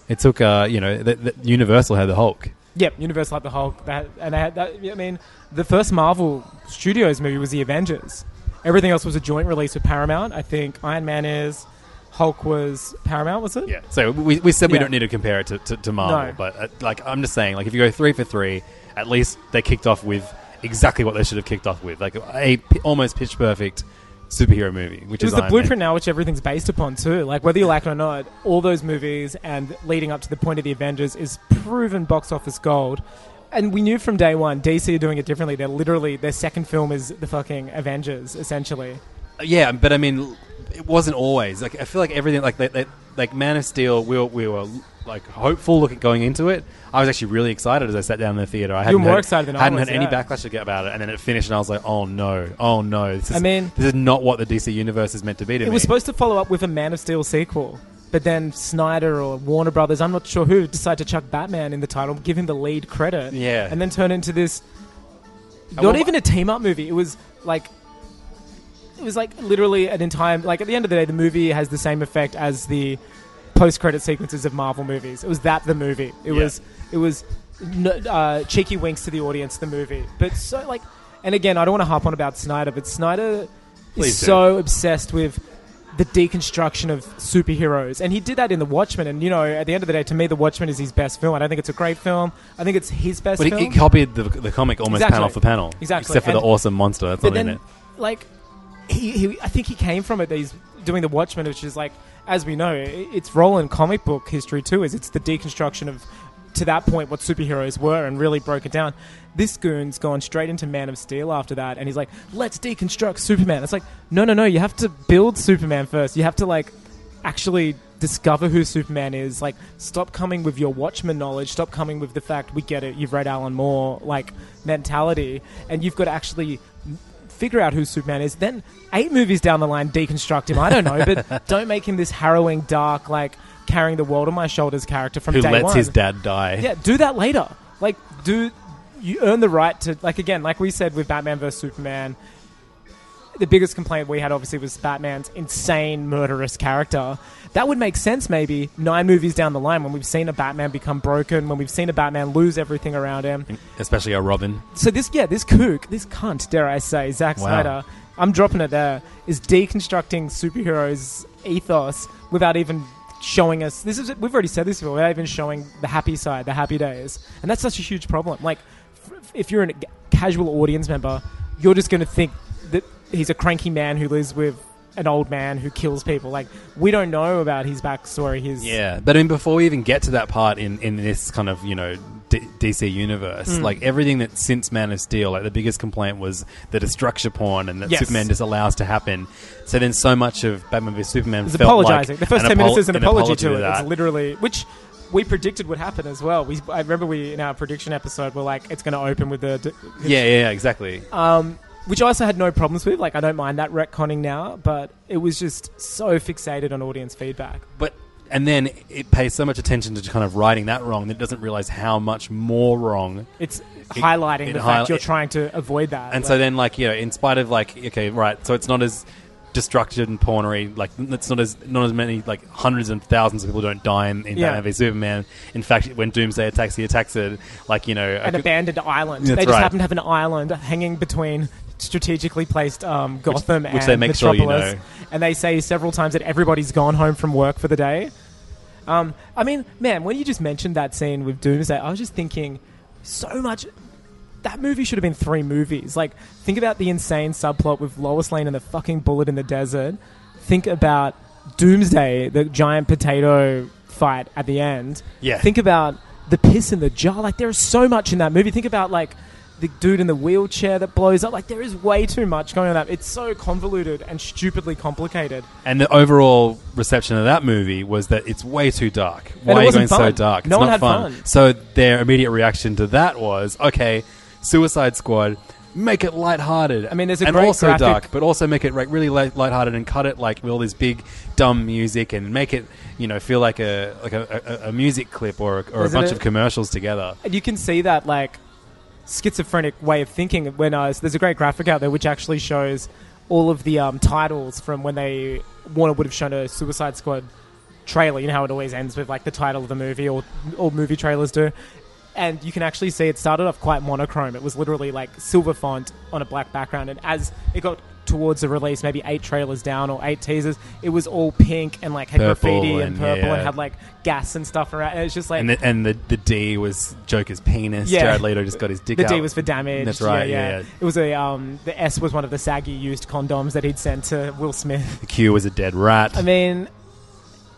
[SPEAKER 3] It took, uh, you know, th th Universal had the Hulk.
[SPEAKER 4] Yep, Universal had the Hulk, that, and they had that. I mean, the first Marvel Studios movie was the Avengers. Everything else was a joint release with Paramount. I think Iron Man is, Hulk was Paramount, was it?
[SPEAKER 3] Yeah. So we, we said we
[SPEAKER 4] Yeah.
[SPEAKER 3] don't need to compare it to, to, to Marvel,
[SPEAKER 4] No.
[SPEAKER 3] but uh, like I'm just saying, like if you go three for three, at least they kicked off with exactly what they should have kicked off with, like a p- almost pitch perfect superhero movie, which
[SPEAKER 4] It
[SPEAKER 3] is
[SPEAKER 4] was
[SPEAKER 3] Iron
[SPEAKER 4] the
[SPEAKER 3] Man.
[SPEAKER 4] blueprint now, which everything's based upon too. Like whether you like it or not, all those movies and leading up to the point of the Avengers is proven box office gold. And we knew from day one, DC are doing it differently. They're literally their second film is the fucking Avengers, essentially.
[SPEAKER 3] Yeah, but I mean, it wasn't always like I feel like everything like they, they, like Man of Steel. We were, we were like hopeful looking going into it. I was actually really excited as I sat down in the theater. I hadn't
[SPEAKER 4] more
[SPEAKER 3] heard-
[SPEAKER 4] excited than I
[SPEAKER 3] hadn't
[SPEAKER 4] was,
[SPEAKER 3] had any
[SPEAKER 4] yeah.
[SPEAKER 3] backlash to get about it, and then it finished, and I was like, oh no, oh no. This is,
[SPEAKER 4] I mean-
[SPEAKER 3] this is not what the DC universe is meant to be to
[SPEAKER 4] It
[SPEAKER 3] me.
[SPEAKER 4] was supposed to follow up with a Man of Steel sequel, but then Snyder or Warner Brothers, I'm not sure who, decided to chuck Batman in the title, give him the lead credit,
[SPEAKER 3] Yeah.
[SPEAKER 4] and then turn into this not
[SPEAKER 3] well,
[SPEAKER 4] even a team up movie. It was like it was like literally an entire like at the end of the day, the movie has the same effect as the post-credit sequences of Marvel movies. It was that the movie. It
[SPEAKER 5] Yeah.
[SPEAKER 4] was it was n uh, cheeky winks to the audience. The movie, but so like, and again, I don't want to harp on about Snyder, but Snyder
[SPEAKER 5] Please
[SPEAKER 4] is
[SPEAKER 5] do.
[SPEAKER 4] so obsessed with the deconstruction of superheroes, and he did that in The Watchmen. And you know, at the end of the day, to me, The Watchmen is his best film. I don't think it's a great film. I think it's his best
[SPEAKER 3] But it,
[SPEAKER 4] film.
[SPEAKER 3] it copied the, the comic almost
[SPEAKER 4] Exactly.
[SPEAKER 3] panel for panel.
[SPEAKER 4] Exactly.
[SPEAKER 3] Except for the
[SPEAKER 4] And-
[SPEAKER 3] awesome monster that's
[SPEAKER 4] but
[SPEAKER 3] not
[SPEAKER 4] then,
[SPEAKER 3] in it.
[SPEAKER 4] like, he, he, I think he came from it. That he's doing the Watchmen, which is like, as we know, i- it's role in comic book history too. Is it's the deconstruction of to that point what superheroes were and really broke it down. This goon's gone straight into Man of Steel after that, and he's like, let's deconstruct Superman. It's like, no, no, no. You have to build Superman first. You have to like actually discover who Superman is. Like, stop coming with your Watchmen knowledge. Stop coming with the fact we get it. You've read Alan Moore, like mentality, and you've got to actually figure out who Superman is. Then eight movies down the line, deconstruct him. I don't know, but don't make him this harrowing, dark, like carrying the world on my shoulders character from
[SPEAKER 3] Who
[SPEAKER 4] day
[SPEAKER 3] lets
[SPEAKER 4] one.
[SPEAKER 3] his dad die.
[SPEAKER 4] Yeah, do that later. Like, do you earn the right to like again, like we said with Batman vs Superman. The biggest complaint we had obviously was Batman's insane murderous character. That would make sense maybe nine movies down the line when we've seen a Batman become broken, when we've seen a Batman lose everything around him.
[SPEAKER 3] Especially a Robin.
[SPEAKER 4] So this yeah, this kook, this cunt, dare I say, Zack
[SPEAKER 3] Wow.
[SPEAKER 4] Snyder, I'm dropping it there, is deconstructing superheroes ethos without even showing us this is we've already said this before, without even showing the happy side, the happy days. And that's such a huge problem. Like f- if you're a casual audience member, you're just going to think that he's a cranky man who lives with an old man who kills people. Like we don't know about his backstory, his
[SPEAKER 3] Yeah, but I mean, before we even get to that part in, in this kind of you know D- DC universe,
[SPEAKER 4] Mm.
[SPEAKER 3] like everything that since Man of Steel, like the biggest complaint was the destruction porn and that
[SPEAKER 4] Yes.
[SPEAKER 3] Superman just allows to happen. So then, so much of Batman v Superman
[SPEAKER 4] It's
[SPEAKER 3] felt
[SPEAKER 4] apologizing.
[SPEAKER 3] like
[SPEAKER 4] the first
[SPEAKER 3] an
[SPEAKER 4] ten minutes
[SPEAKER 3] apo-
[SPEAKER 4] is an, apology, to, it.
[SPEAKER 3] that.
[SPEAKER 4] It's literally which we predicted would happen as well. We I remember we in our prediction episode we're like it's going to open with the d-
[SPEAKER 3] yeah, yeah, yeah, exactly.
[SPEAKER 4] Uh, which I also had no problems with. Like I don't mind that retconning now, but it was just so fixated on audience feedback.
[SPEAKER 3] but and then it pays so much attention to kind of righting that wrong that it doesn't realize how much more wrong
[SPEAKER 4] It's highlighting
[SPEAKER 3] it
[SPEAKER 4] the
[SPEAKER 3] highli-
[SPEAKER 4] fact you're trying to avoid that.
[SPEAKER 3] And
[SPEAKER 4] Like,
[SPEAKER 3] so then, like you know, in spite of like, okay, right, so it's not as destructive and pornery. Like it's not as not as many like hundreds and thousands of people don't die in, in
[SPEAKER 4] Yeah.
[SPEAKER 3] Batman v Superman. In fact, when Doomsday attacks, he attacks it like you know. I
[SPEAKER 4] an
[SPEAKER 3] could-
[SPEAKER 4] abandoned island.
[SPEAKER 3] That's
[SPEAKER 4] they just
[SPEAKER 3] right.
[SPEAKER 4] happen to have an island hanging between strategically placed um, Gotham
[SPEAKER 3] which
[SPEAKER 4] and
[SPEAKER 3] they make sure you
[SPEAKER 4] Metropolis.
[SPEAKER 3] know.
[SPEAKER 4] And they say several times that everybody's gone home from work for the day. Um, I mean, man, when you just mentioned that scene with Doomsday, I was just thinking so much. That movie should have been three movies. Like, think about the insane subplot with Lois Lane and the fucking bullet in the desert. Think about Doomsday, the giant potato fight at the end.
[SPEAKER 3] Yeah.
[SPEAKER 4] Think about the piss in the jar. Like, there is so much in that movie. Think about, like, the dude in the wheelchair that blows up. Like, there is way too much going on. That it's so convoluted and stupidly complicated.
[SPEAKER 3] and the overall reception of that movie was that it's way too dark. Why
[SPEAKER 4] it
[SPEAKER 3] are you going
[SPEAKER 4] wasn't
[SPEAKER 3] so
[SPEAKER 4] fun.
[SPEAKER 3] dark? It's
[SPEAKER 4] No one
[SPEAKER 3] not
[SPEAKER 4] had
[SPEAKER 3] fun.
[SPEAKER 4] fun.
[SPEAKER 3] So their immediate reaction to that was, okay, Suicide Squad, make it lighthearted. I
[SPEAKER 4] mean, there's a
[SPEAKER 3] and
[SPEAKER 4] great
[SPEAKER 3] also
[SPEAKER 4] graphic-
[SPEAKER 3] dark, but also make it like really light- lighthearted and cut it like with all this big dumb music and make it you know feel like a like a, a, a music clip or a, or a
[SPEAKER 4] Isn't
[SPEAKER 3] bunch
[SPEAKER 4] it-
[SPEAKER 3] of commercials together.
[SPEAKER 4] And you can see that like schizophrenic way of thinking when uh, there's a great graphic out there which actually shows all of the um, titles from when they Warner would have shown a Suicide Squad trailer. You know how it always ends with like the title of the movie, or all movie trailers do. And you can actually see it started off quite monochrome. It was literally like silver font on a black background, and as it got towards the release, maybe eight trailers down or eight teasers, it was all pink and like had
[SPEAKER 3] Purple
[SPEAKER 4] graffiti and,
[SPEAKER 3] and-
[SPEAKER 4] purple
[SPEAKER 3] yeah.
[SPEAKER 4] and had like gas and stuff around. And it's just like
[SPEAKER 3] And the, and the the D was Joker's penis.
[SPEAKER 4] Yeah.
[SPEAKER 3] Jared Leto just got his dick
[SPEAKER 4] the
[SPEAKER 3] out.
[SPEAKER 4] D was for damage.
[SPEAKER 3] That's right.
[SPEAKER 4] Yeah,
[SPEAKER 3] yeah, yeah.
[SPEAKER 4] It was a um, the S was one of the saggy used condoms that he'd sent to Will Smith.
[SPEAKER 3] The Q was a dead rat.
[SPEAKER 4] I mean,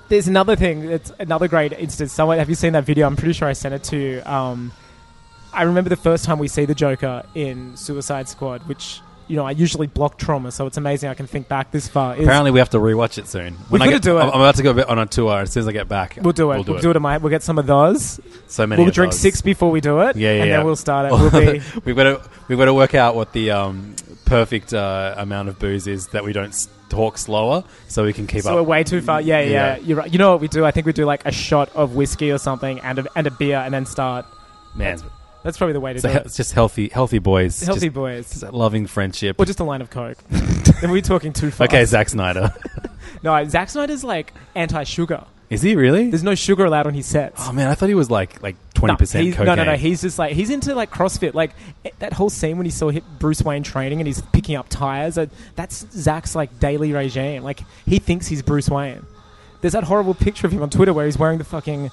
[SPEAKER 4] there's another thing. It's another great instance. Someone have you seen that video? I'm pretty sure I sent it to. you. Um, I remember the first time we see the Joker in Suicide Squad, which you know I usually block trauma, so it's amazing I can think back this far. Is-
[SPEAKER 3] Apparently, we have to rewatch it soon. When I
[SPEAKER 4] gotta
[SPEAKER 3] get,
[SPEAKER 4] do it.
[SPEAKER 3] I'm I'm about to go a bit on a tour. As soon as I get back,
[SPEAKER 4] We'll do it. We'll do, it. tonight. We'll get some of those.
[SPEAKER 3] So many.
[SPEAKER 4] we'll
[SPEAKER 3] of
[SPEAKER 4] drink
[SPEAKER 3] those.
[SPEAKER 4] six before we do it.
[SPEAKER 3] Yeah, yeah.
[SPEAKER 4] And
[SPEAKER 3] yeah.
[SPEAKER 4] then we'll start it. We'll be
[SPEAKER 3] we've got to we've got to work out what the um, perfect uh, amount of booze is that we don't s- talk slower, so we can keep
[SPEAKER 4] So we're
[SPEAKER 3] up.
[SPEAKER 4] way too far. Yeah, yeah,
[SPEAKER 3] Yeah.
[SPEAKER 4] You're right. You know what we do? I think we do like a shot of whiskey or something and a, and a beer and then start.
[SPEAKER 3] Man,
[SPEAKER 4] That's probably the way to
[SPEAKER 3] so
[SPEAKER 4] do
[SPEAKER 3] he-
[SPEAKER 4] it.
[SPEAKER 3] it's just healthy, healthy boys,
[SPEAKER 4] Healthy
[SPEAKER 3] just,
[SPEAKER 4] boys.
[SPEAKER 3] just loving friendship.
[SPEAKER 4] Or just a line of Coke. Are we talking too far?
[SPEAKER 3] Okay, Zack Snyder.
[SPEAKER 4] No, Zack Snyder's like anti sugar.
[SPEAKER 3] Is he really?
[SPEAKER 4] There's no sugar allowed on his sets.
[SPEAKER 3] oh man, I thought he was like like twenty
[SPEAKER 4] no,
[SPEAKER 3] percent
[SPEAKER 4] he's-
[SPEAKER 3] cocaine.
[SPEAKER 4] No, no, no. He's just like he's into like CrossFit. Like eh, that whole scene when he saw hit Bruce Wayne training and he's picking up tires. uh, That's Zach's like daily regime. Like he thinks he's Bruce Wayne. There's that horrible picture of him on Twitter where he's wearing the fucking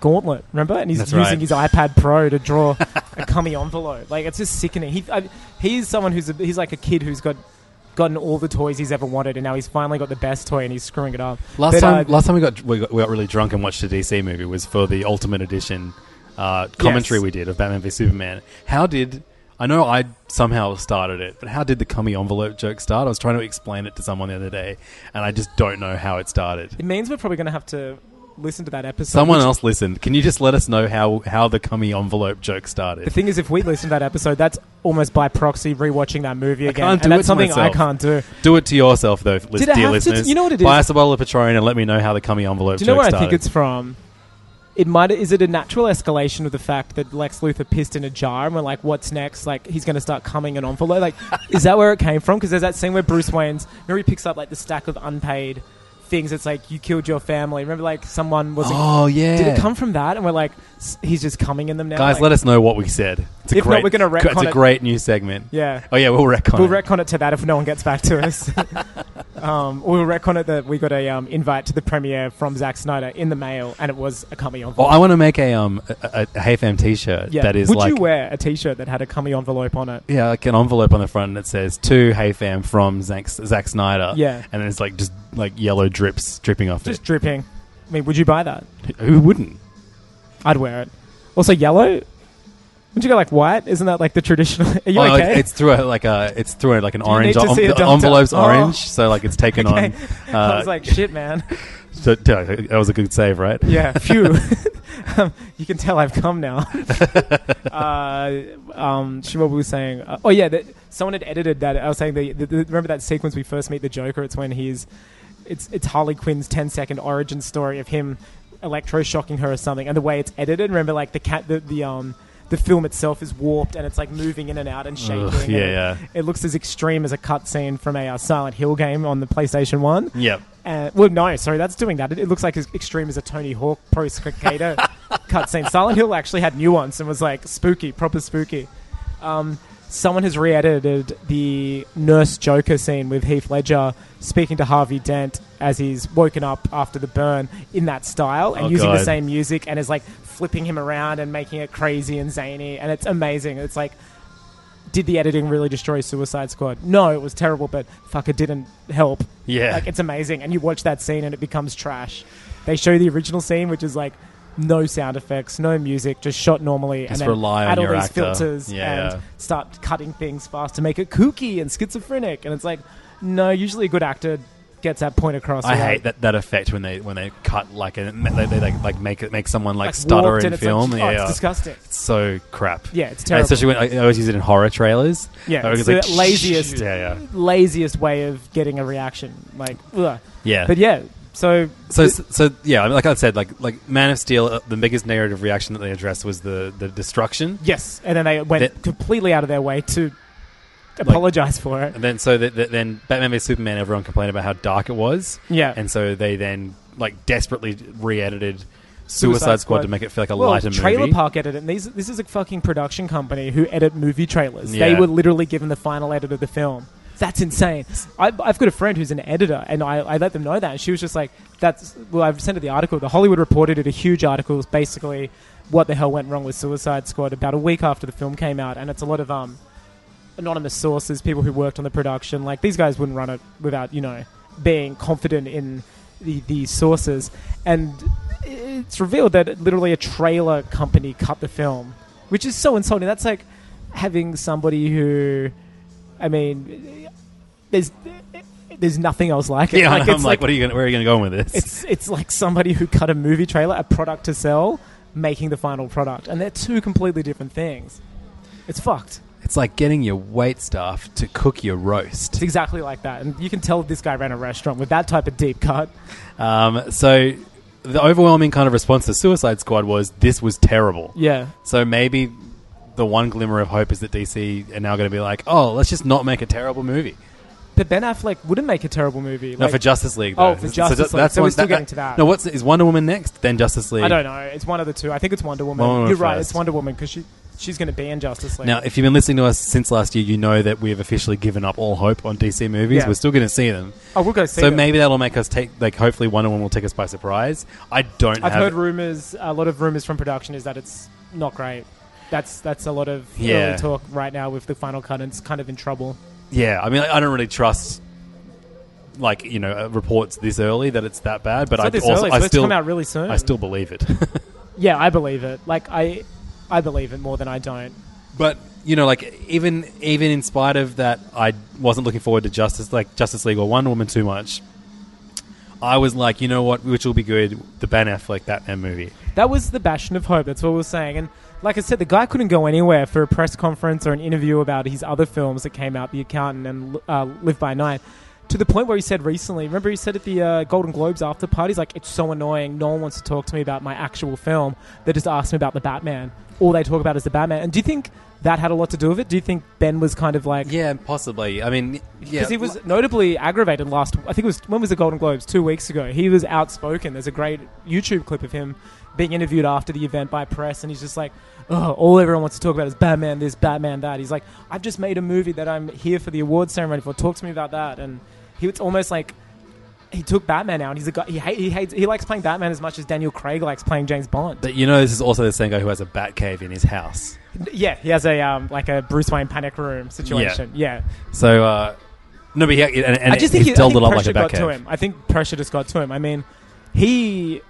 [SPEAKER 4] gauntlet. Remember? And he's
[SPEAKER 3] That's
[SPEAKER 4] using
[SPEAKER 3] right.
[SPEAKER 4] his iPad Pro to draw a cummy envelope. Like it's just sickening. He I, he's someone who's a, he's like a kid who's got. Gotten all the toys he's ever wanted, and now he's finally got the best toy, and he's screwing it up.
[SPEAKER 3] Last
[SPEAKER 4] But,
[SPEAKER 3] time,
[SPEAKER 4] uh,
[SPEAKER 3] last time we got, we got we got really drunk and watched a DC movie was for the Ultimate Edition uh, commentary
[SPEAKER 4] Yes.
[SPEAKER 3] we did of Batman v Superman. How did I know I somehow started it, but how did the cummy envelope joke start? I was trying to explain it to someone the other day, and I just don't know how it started.
[SPEAKER 4] it means we're probably going to have to listen to that episode.
[SPEAKER 3] Someone
[SPEAKER 4] which-
[SPEAKER 3] else listened. Can you just let us know how how the cummy envelope joke
[SPEAKER 4] The
[SPEAKER 3] started?
[SPEAKER 4] thing is, if we listen to that episode, that's almost by proxy rewatching that movie again,
[SPEAKER 3] can't do
[SPEAKER 4] and
[SPEAKER 3] it
[SPEAKER 4] that's
[SPEAKER 3] to
[SPEAKER 4] something
[SPEAKER 3] myself.
[SPEAKER 4] I can't do.
[SPEAKER 3] Do it to yourself, though, lis-
[SPEAKER 4] Did
[SPEAKER 3] dear
[SPEAKER 4] I have to-
[SPEAKER 3] listeners.
[SPEAKER 4] you know what it
[SPEAKER 3] Buy
[SPEAKER 4] is?
[SPEAKER 3] us a bottle of Patron and let me know how the cummy envelope.
[SPEAKER 4] Do you know
[SPEAKER 3] joke
[SPEAKER 4] where I
[SPEAKER 3] started.
[SPEAKER 4] think it's from? It might is it a natural escalation of the fact that Lex Luthor pissed in a jar and we're like, what's next? Like he's going to start coming an envelope. Like, is that where it came from? Because there's that scene where Bruce Wayne's remember he picks up like the stack of unpaid things. It's like you killed your family. Remember, like someone was.
[SPEAKER 3] Oh yeah.
[SPEAKER 4] Did it come from that? And we're like, s- he's just coming in them now.
[SPEAKER 3] Guys,
[SPEAKER 4] Like,
[SPEAKER 3] let us know what we said. It's a
[SPEAKER 4] If not,
[SPEAKER 3] great,
[SPEAKER 4] we're gonna
[SPEAKER 3] it's
[SPEAKER 4] retcon
[SPEAKER 3] a
[SPEAKER 4] it.
[SPEAKER 3] great new segment.
[SPEAKER 4] Yeah.
[SPEAKER 3] Oh yeah, we'll retcon.
[SPEAKER 4] We'll
[SPEAKER 3] it.
[SPEAKER 4] retcon it to that if no one gets back to us. um, we'll retcon it that we got a um, invite to the premiere from Zack Snyder in the mail, and it was a cummy envelope.
[SPEAKER 3] Well, Oh, I want to make a um a, a, a Hey Fam T-shirt
[SPEAKER 4] yeah.
[SPEAKER 3] that is
[SPEAKER 4] Would
[SPEAKER 3] like
[SPEAKER 4] you wear a T-shirt that had a cummy envelope on it?
[SPEAKER 3] yeah like an envelope on the front that says to Hey Fam from Zack, Zack Snyder.
[SPEAKER 4] Yeah.
[SPEAKER 3] and then it's like just like yellow drips dripping off
[SPEAKER 4] Just dripping. I mean, would you buy that?
[SPEAKER 3] it. Who wouldn't?
[SPEAKER 4] I'd wear it. Also, yellow. Would you go like white? Isn't that like the traditional? Are you
[SPEAKER 3] oh,
[SPEAKER 4] okay?
[SPEAKER 3] it's through a, like a it's through a, like an
[SPEAKER 4] you
[SPEAKER 3] orange.
[SPEAKER 4] need to
[SPEAKER 3] en-
[SPEAKER 4] see a
[SPEAKER 3] the
[SPEAKER 4] doctor?
[SPEAKER 3] envelope's
[SPEAKER 4] Oh.
[SPEAKER 3] orange, so like it's taken
[SPEAKER 4] Okay.
[SPEAKER 3] on. Uh,
[SPEAKER 4] I was like, shit, man.
[SPEAKER 3] so- that was a good save, right?
[SPEAKER 4] Yeah, phew. um, you can tell I've come now. uh, um, Shima, what were we saying? Uh, oh, yeah, that someone had edited that. I was saying, the, the, the, remember that sequence we first meet the Joker? It's when he's. It's, it's Harley Quinn's 10 second origin story of him electroshocking her or something. And the way it's edited, remember, like, the cat. The, the, um, the film itself is warped and it's like moving in and out and shaking.
[SPEAKER 3] Ugh,
[SPEAKER 4] and
[SPEAKER 3] yeah,
[SPEAKER 4] it-
[SPEAKER 3] yeah.
[SPEAKER 4] It looks as extreme as a cutscene from a uh, Silent Hill game on the PlayStation 1.
[SPEAKER 3] Yep.
[SPEAKER 4] Uh, well, no, sorry, that's doing that. It, it looks like as extreme as a Tony Hawk pro skater cutscene. Silent Hill actually had nuance and was like spooky, proper spooky. Um, someone has re-edited the Nurse Joker scene with Heath Ledger speaking to Harvey Dent as he's woken up after the burn in that style and
[SPEAKER 3] Oh,
[SPEAKER 4] using the
[SPEAKER 3] God.
[SPEAKER 4] same music and is like flipping him around and making it crazy and zany and it's amazing. It's like did the editing really destroy Suicide Squad? No, it was terrible, but fuck, it didn't help.
[SPEAKER 3] Yeah.
[SPEAKER 4] Like, it's amazing. And you watch that scene and it becomes trash. They show the original scene, which is like no sound effects, no music, just shot normally.
[SPEAKER 3] Just
[SPEAKER 4] and then
[SPEAKER 3] rely on
[SPEAKER 4] add all
[SPEAKER 3] your
[SPEAKER 4] these
[SPEAKER 3] actor.
[SPEAKER 4] filters
[SPEAKER 3] Yeah.
[SPEAKER 4] and start cutting things fast to make it kooky and schizophrenic. And it's like, no, usually a good actor gets that point across.
[SPEAKER 3] I
[SPEAKER 4] You're like,
[SPEAKER 3] hate that, that effect when they when they cut like and they, they like, like make it make someone like,
[SPEAKER 4] like,
[SPEAKER 3] stutter
[SPEAKER 4] warped
[SPEAKER 3] in
[SPEAKER 4] and it's like,
[SPEAKER 3] film.
[SPEAKER 4] oh,
[SPEAKER 3] yeah,
[SPEAKER 4] it's disgusting.
[SPEAKER 3] It's so crap.
[SPEAKER 4] Yeah, it's
[SPEAKER 3] And
[SPEAKER 4] terrible.
[SPEAKER 3] Especially when I, I always use it in horror trailers.
[SPEAKER 4] Yeah,
[SPEAKER 3] I was
[SPEAKER 4] it's the laziest-
[SPEAKER 3] Yeah, yeah,
[SPEAKER 4] Laziest way of getting a reaction. Like, ugh.
[SPEAKER 3] yeah.
[SPEAKER 4] but yeah. So
[SPEAKER 3] so, so yeah, I mean, like I said, like like Man of Steel, uh, the biggest narrative reaction that they addressed was the the destruction.
[SPEAKER 4] Yes, and then they went
[SPEAKER 3] That-
[SPEAKER 4] completely out of their way to apologize for it.
[SPEAKER 3] And then so that that then Batman v Superman, everyone complained about how dark it was,
[SPEAKER 4] Yeah,
[SPEAKER 3] and so they then like desperately re-edited Suicide,
[SPEAKER 4] Suicide
[SPEAKER 3] Squad,
[SPEAKER 4] Squad.
[SPEAKER 3] to make it feel like a
[SPEAKER 4] well,
[SPEAKER 3] lighter
[SPEAKER 4] Trailer
[SPEAKER 3] movie.
[SPEAKER 4] Park edited, it, and these this is a fucking production company who edit movie trailers. They
[SPEAKER 3] Yeah.
[SPEAKER 4] were literally given the final edit of the film. That's insane. I, I've got a friend who's an editor, and I, I let them know that, and she was just like, "That's well." I've sent her the article. The Hollywood Reporter did a huge article, it's basically what the hell went wrong with Suicide Squad about a week after the film came out, and it's a lot of um anonymous sources, people who worked on the production. Like these guys wouldn't run it without you know being confident in the the sources. And it's revealed that literally a trailer company cut the film, which is so insulting. That's like having somebody who, I mean, there's there's nothing else like it.
[SPEAKER 3] yeah, I'm like,
[SPEAKER 4] it's
[SPEAKER 3] what are you gonna, where are you going to go with this?
[SPEAKER 4] it's it's like somebody who cut a movie trailer, a product to sell, making the final product, and they're two completely different things. It's fucked.
[SPEAKER 3] It's like getting your wait staff to cook your roast.
[SPEAKER 4] It's exactly like that. And you can tell this guy ran a restaurant with that type of deep cut.
[SPEAKER 3] Um, so the overwhelming kind of response to Suicide Squad was this was terrible.
[SPEAKER 4] Yeah.
[SPEAKER 3] So maybe the one glimmer of hope is that DC are now going to be like, oh, let's just not make a terrible movie.
[SPEAKER 4] but Ben Affleck wouldn't make a terrible movie.
[SPEAKER 3] No,
[SPEAKER 4] Like,
[SPEAKER 3] for Justice League.
[SPEAKER 4] Oh,
[SPEAKER 3] though.
[SPEAKER 4] for Justice
[SPEAKER 3] that-
[SPEAKER 4] League. So we're
[SPEAKER 3] one-
[SPEAKER 4] still getting to that.
[SPEAKER 3] No, what's is Wonder Woman next? Then Justice League.
[SPEAKER 4] I don't know. It's one of the two. I think it's Wonder Woman.
[SPEAKER 3] Wonder Woman
[SPEAKER 4] You're right.
[SPEAKER 3] first.
[SPEAKER 4] It's Wonder Woman because she she's going to be in Justice League.
[SPEAKER 3] Now, if you've been listening to us since last year, you know that we have officially given up all hope on DC movies.
[SPEAKER 4] Yeah.
[SPEAKER 3] We're still going to see them.
[SPEAKER 4] oh, we'll go see.
[SPEAKER 3] so
[SPEAKER 4] them.
[SPEAKER 3] maybe that'll make us take like hopefully Wonder Woman will take us by surprise. I don't.
[SPEAKER 4] I've
[SPEAKER 3] have
[SPEAKER 4] heard rumors. A lot of rumors from production is that it's not great. That's that's a lot of
[SPEAKER 3] Yeah.
[SPEAKER 4] early talk right now with the final cut. and It's kind of in trouble.
[SPEAKER 3] Yeah, I mean, I I don't really trust like you know uh, reports this early that it's that bad. But
[SPEAKER 4] It's
[SPEAKER 3] I
[SPEAKER 4] not this
[SPEAKER 3] also
[SPEAKER 4] early, so
[SPEAKER 3] I
[SPEAKER 4] it's
[SPEAKER 3] still
[SPEAKER 4] come out really soon.
[SPEAKER 3] I still believe it.
[SPEAKER 4] yeah, I believe it. Like I, I believe it more than I don't.
[SPEAKER 3] but you know, like even even in spite of that, I wasn't looking forward to Justice like Justice League or Wonder Woman too much. I was like, you know what, which will be good, the Ben Affleck Batman movie.
[SPEAKER 4] That was the bastion of hope. That's what we were saying. And like I said, the guy couldn't go anywhere for a press conference or an interview about his other films that came out, The Accountant and uh, Live by Night. To the point where he said recently, remember he said at the uh, Golden Globes after party, he's like, it's so annoying. No one wants to talk to me about my actual film. They just ask me about the Batman. All they talk about is the Batman. And do you think that had a lot to do with it? Do you think Ben was kind of like.
[SPEAKER 3] Yeah, possibly. I mean, yeah,
[SPEAKER 4] Because he was notably aggravated last. I think it was when was the Golden Globes? Two weeks ago. He was outspoken. There's a great YouTube clip of him being interviewed after the event by press, and he's just like, "Oh, all everyone wants to talk about is Batman this, Batman that." He's like, "I've just made a movie that I'm here for the award ceremony for. Talk to me about that." And he was almost like. He took Batman out. He's a guy. He, hate, he hates. He likes playing Batman as much as Daniel Craig likes playing James Bond.
[SPEAKER 3] But you know, this is also the same guy who has a bat cave in his house.
[SPEAKER 4] yeah, he has a um, like a Bruce Wayne panic room situation. yeah.
[SPEAKER 3] So uh, no, but he and, and
[SPEAKER 4] I just think
[SPEAKER 3] he's
[SPEAKER 4] he, I
[SPEAKER 3] dolled
[SPEAKER 4] think
[SPEAKER 3] it up like
[SPEAKER 4] pressure
[SPEAKER 3] a bat
[SPEAKER 4] got to
[SPEAKER 3] cave.
[SPEAKER 4] him. I think pressure just got to him. I mean, he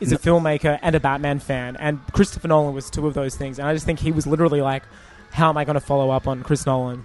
[SPEAKER 4] is a filmmaker and a Batman fan, and Christopher Nolan was two of those things. And I just think he was literally like, "How am I going to follow up on Chris Nolan?"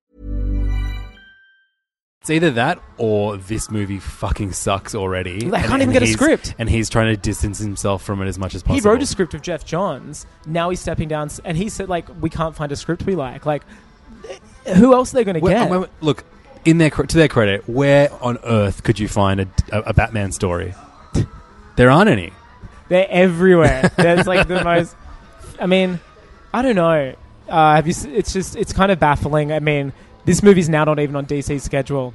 [SPEAKER 3] It's either that or this movie fucking sucks already.
[SPEAKER 4] They can't even get a
[SPEAKER 3] he's-
[SPEAKER 4] script.
[SPEAKER 3] and he's trying to distance himself from it as much as possible.
[SPEAKER 4] He wrote a script of Jeff Johns. Now he's stepping down, s- and he said like, "We can't find a script we like." Like, who else are they going to
[SPEAKER 3] Where-
[SPEAKER 4] get?
[SPEAKER 3] where- look, in their cre- to their credit, where on earth could you find a, a, a Batman story? there aren't any.
[SPEAKER 4] They're everywhere. There's like the most. I mean, I don't know. Uh, have you? s- It's just it's kind of baffling. I mean, this movie's now not even on DC's schedule.